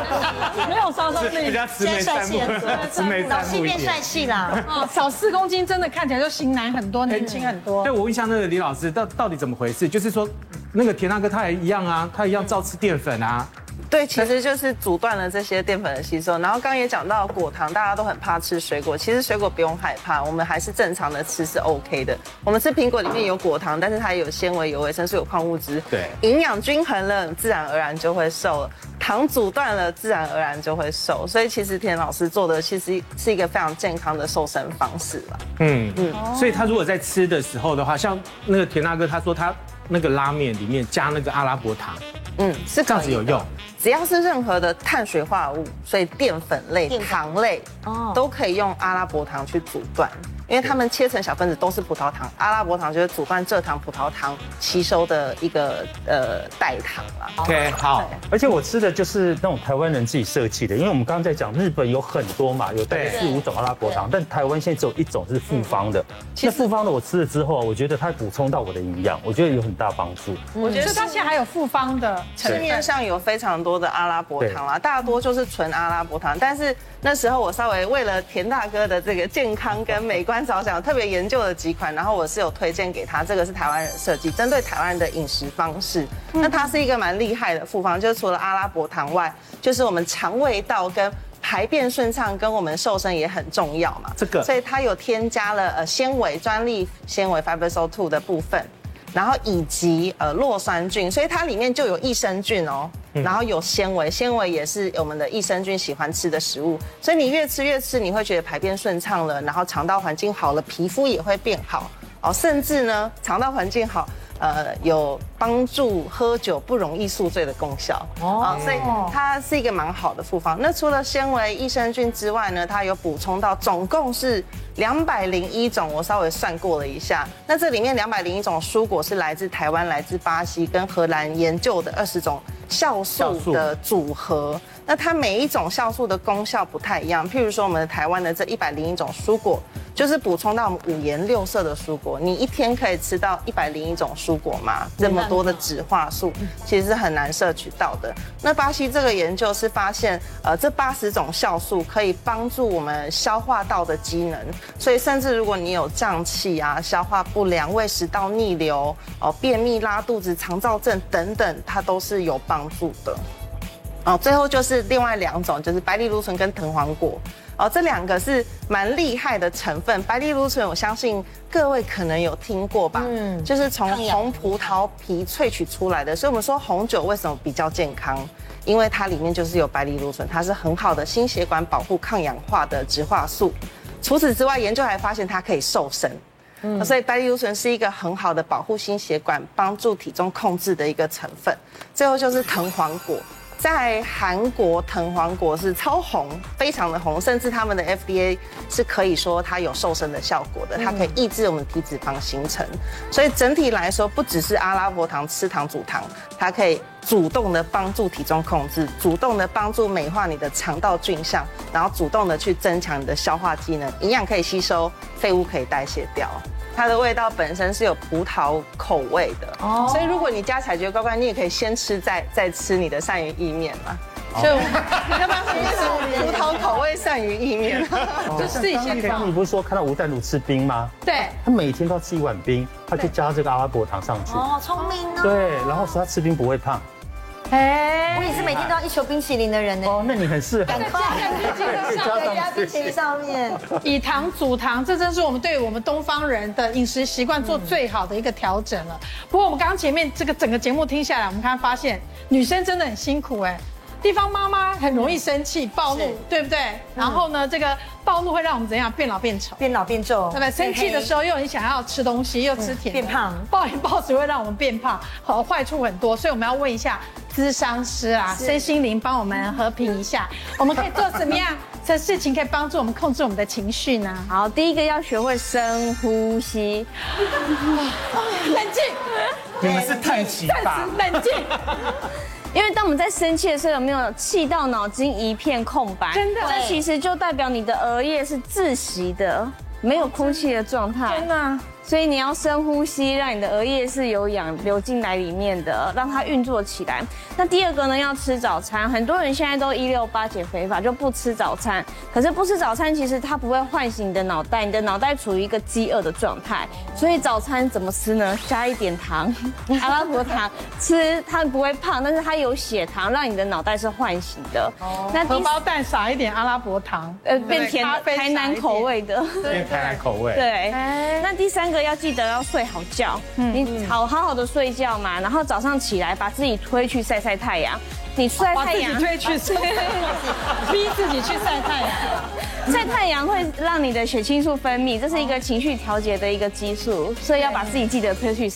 Speaker 3: 没有
Speaker 1: [laughs]
Speaker 3: 杀伤力
Speaker 1: 比，较慈眉善目， [laughs] 慈眉
Speaker 4: 老
Speaker 1: 善
Speaker 4: 戏
Speaker 1: 目一
Speaker 4: 变
Speaker 1: 点
Speaker 4: 帅。气啦，
Speaker 3: 哦少四公斤真的看起来就型男很多，年轻很多
Speaker 1: 对，。哎我问一下那个李老师，到到底怎么回事？就是说，那个田大哥他也一样啊，他一样照吃淀粉啊。
Speaker 6: 对，其实就是阻断了这些淀粉的吸收。然后刚刚也讲到果糖，大家都很怕吃水果，其实水果不用害怕，我们还是正常的吃是 OK 的。我们吃苹果里面有果糖，但是它也有纤维、有维生素、有矿物质，
Speaker 1: 对
Speaker 6: 营养均衡了，自然而然就会瘦了。糖阻断了，自然而然就会瘦。所以其实田老师做的其实是一个非常健康的瘦身方式了。
Speaker 1: 嗯嗯，所以他如果在吃的时候的话，像那个田大哥他说他那个拉面里面加那个阿拉伯糖，
Speaker 6: 嗯，是
Speaker 1: 这
Speaker 6: 可
Speaker 1: 样子
Speaker 6: 以
Speaker 1: 有
Speaker 6: 的。
Speaker 1: 用。
Speaker 6: 只要是任何的碳水化合物，所以淀粉类、糖类，
Speaker 1: 哦
Speaker 6: 都可以用阿拉伯糖去阻断，因为它们切成小分子都是葡萄糖，阿拉伯糖就是阻断蔗糖、葡萄糖吸收的一个呃代糖啦。
Speaker 1: OK，好，
Speaker 5: 而且我吃的就是那种台湾人自己设计的，因为我们刚刚在讲日本有很多嘛，有大概
Speaker 1: 对嗯
Speaker 5: 四五种阿拉伯糖，但台湾现在只有一种是复方的。那复方的我吃了之后啊，我觉得它补充到我的营养，我觉得有很大帮助。
Speaker 1: 嗯
Speaker 6: 我觉
Speaker 3: 所以
Speaker 6: 是
Speaker 3: 他现在还有复方的成
Speaker 6: 市
Speaker 3: 分
Speaker 6: 面上有非常多的阿拉伯糖啦，大多就是纯阿拉伯糖。但是那时候我稍微为了田大哥的这个健康跟美观着想，特别研究了几款，然后我是有推荐给他，这个是台湾人设计，针对台湾人的饮食方式。那它是一个蛮厉害的复方，就是除了阿拉伯糖外，就是我们肠胃道跟排便顺畅跟我们瘦身也很重要嘛，
Speaker 1: 这个
Speaker 6: 所以它有添加了呃纤维专利纤维 fiber so two 的部分，然后以及呃酪酸菌，所以它里面就有益生菌哦，
Speaker 1: 嗯
Speaker 6: 然后有纤维，纤维也是我们的益生菌喜欢吃的食物，所以你越吃越吃，你会觉得排便顺畅了，然后肠道环境好了，皮肤也会变好哦，甚至呢肠道环境好。呃，有帮助喝酒不容易宿醉的功效哦、所以它是一个蛮好的复方。那除了纤维、益生菌之外呢，它有补充到总共是两百零一种，我稍微算过了一下。那这里面两百零一种蔬果是来自台湾、来自巴西跟荷兰研究的二十种酵
Speaker 1: 酵
Speaker 6: 素
Speaker 1: 素
Speaker 6: 的组合。那它每一种酵素的功效不太一样，譬如说我们台湾的这一百零一种蔬果，就是补充到我们五颜六色的蔬果。你一天可以吃到一百零一种蔬果吗？这么多的植化素其实是很难摄取到的。那巴西这个研究是发现，呃，这八十种酵素可以帮助我们消化道的机能，所以甚至如果你有胀气啊、消化不良、胃食道逆流、哦、便秘、拉肚子、肠燥症等等，它都是有帮助的。哦，最后就是另外两种，就是白藜芦醇跟藤黄果。哦，这两个是蛮厉害的成分。白藜芦醇，我相信各位可能有听过吧？嗯，就是从红葡萄皮萃取出来的，所以我们说红酒为什么比较健康？因为它里面就是有白藜芦醇，它是很好的心血管保护、抗氧化的植化素。除此之外，研究还发现它可以瘦身。所以白藜芦醇是一个很好的保护心血管、帮助体重控制的一个成分。最后就是藤黄果，在韩国藤黄果是超红，非常的红，甚至他们的 FDA 是可以说它有瘦身的效果的，它可以抑制我们体脂肪形成。所以整体来说，不只是阿拉伯糖、吃糖、煮糖，它可以主动的帮助体重控制，主动的帮助美化你的肠道菌相，然后主动的去增强你的消化机能，营养可以吸收，废物可以代谢掉。它的味道本身是有葡萄口味的，哦，所以如果你家采觉得怪怪，你也可以先吃再再吃你的鳝鱼意面嘛。所以，你要不要试试葡萄口味鳝鱼意面？啊
Speaker 3: 就自己先
Speaker 5: 刚刚
Speaker 3: 放。
Speaker 5: 你不是说看到吴淡如吃冰吗？
Speaker 3: 对，
Speaker 5: 他每天都要吃一碗冰，他就加这个阿拉伯糖上去。
Speaker 4: 哦，聪明哦！
Speaker 5: 对，然后说他吃冰不会胖。
Speaker 3: 哎，
Speaker 4: 我也是每天都要一球冰淇淋的人呢，
Speaker 5: 哦，那你很适合。
Speaker 4: 赶快
Speaker 5: 对加上去
Speaker 4: 对加冰淇淋上面。
Speaker 3: 以糖阻糖，这真是我们对我们东方人的饮食习惯做最好的一个调整了。不过我们刚刚前面这个整个节目听下来，我们刚刚发现女生真的很辛苦哎。地方妈妈很容易生气、暴怒
Speaker 4: 是，
Speaker 3: 对不对？然后呢，这个暴怒会让我们怎样变老变丑？
Speaker 4: 变老变重，
Speaker 3: 对不对？生气的时候又很想要吃东西，又吃甜的，
Speaker 4: 变胖
Speaker 3: 暴饮暴食会让我们变胖，好坏处很多，所以我们要问一下咨商师啊，身心灵帮我们和平一下，我们可以做什么样的事情可以帮助我们控制我们的情绪呢？
Speaker 2: 好，第一个要学会深呼吸，
Speaker 3: 冷静，
Speaker 1: 你们是叹息
Speaker 3: 暂
Speaker 1: 吧？
Speaker 3: 时冷静，
Speaker 2: 因为当我们在生气的时候，有没有气到脑筋一片空白？
Speaker 3: 真的
Speaker 2: 这其实就代表你的额叶是窒息的，没
Speaker 3: 哦
Speaker 2: 有空气的状态。
Speaker 3: 真的。
Speaker 2: 所以你要深呼吸，让你的额叶是有氧流进来里面的，让它运作起来。那第二个呢，要吃早餐。很多人现在都一六八减肥法，就不吃早餐。可是不吃早餐，其实它不会唤醒你的脑袋，你的脑袋处于一个饥饿的状态。所以早餐怎么吃呢？加一点糖，阿拉伯糖，吃它不会胖，但是它有血糖，让你的脑袋是唤醒的。那
Speaker 3: 荷
Speaker 2: 第
Speaker 3: 包蛋撒一点阿拉伯糖，
Speaker 2: 呃变甜
Speaker 3: 咖
Speaker 2: 的
Speaker 3: 啡
Speaker 2: 台南口味的。
Speaker 1: 变台南口味。
Speaker 2: 对
Speaker 3: 哎，嗯
Speaker 2: 那第三个要记得要睡好觉，你好好好的睡觉嘛，然后早上起来把自己推去晒晒太阳。你晒
Speaker 3: 把哦
Speaker 2: 太
Speaker 3: 自己
Speaker 2: 阳，
Speaker 3: 推去晒，逼自己去晒太阳。
Speaker 2: [laughs] 晒太阳会让你的血清素分泌，这是一个情绪调节的一个激素，所以要把自己记得推去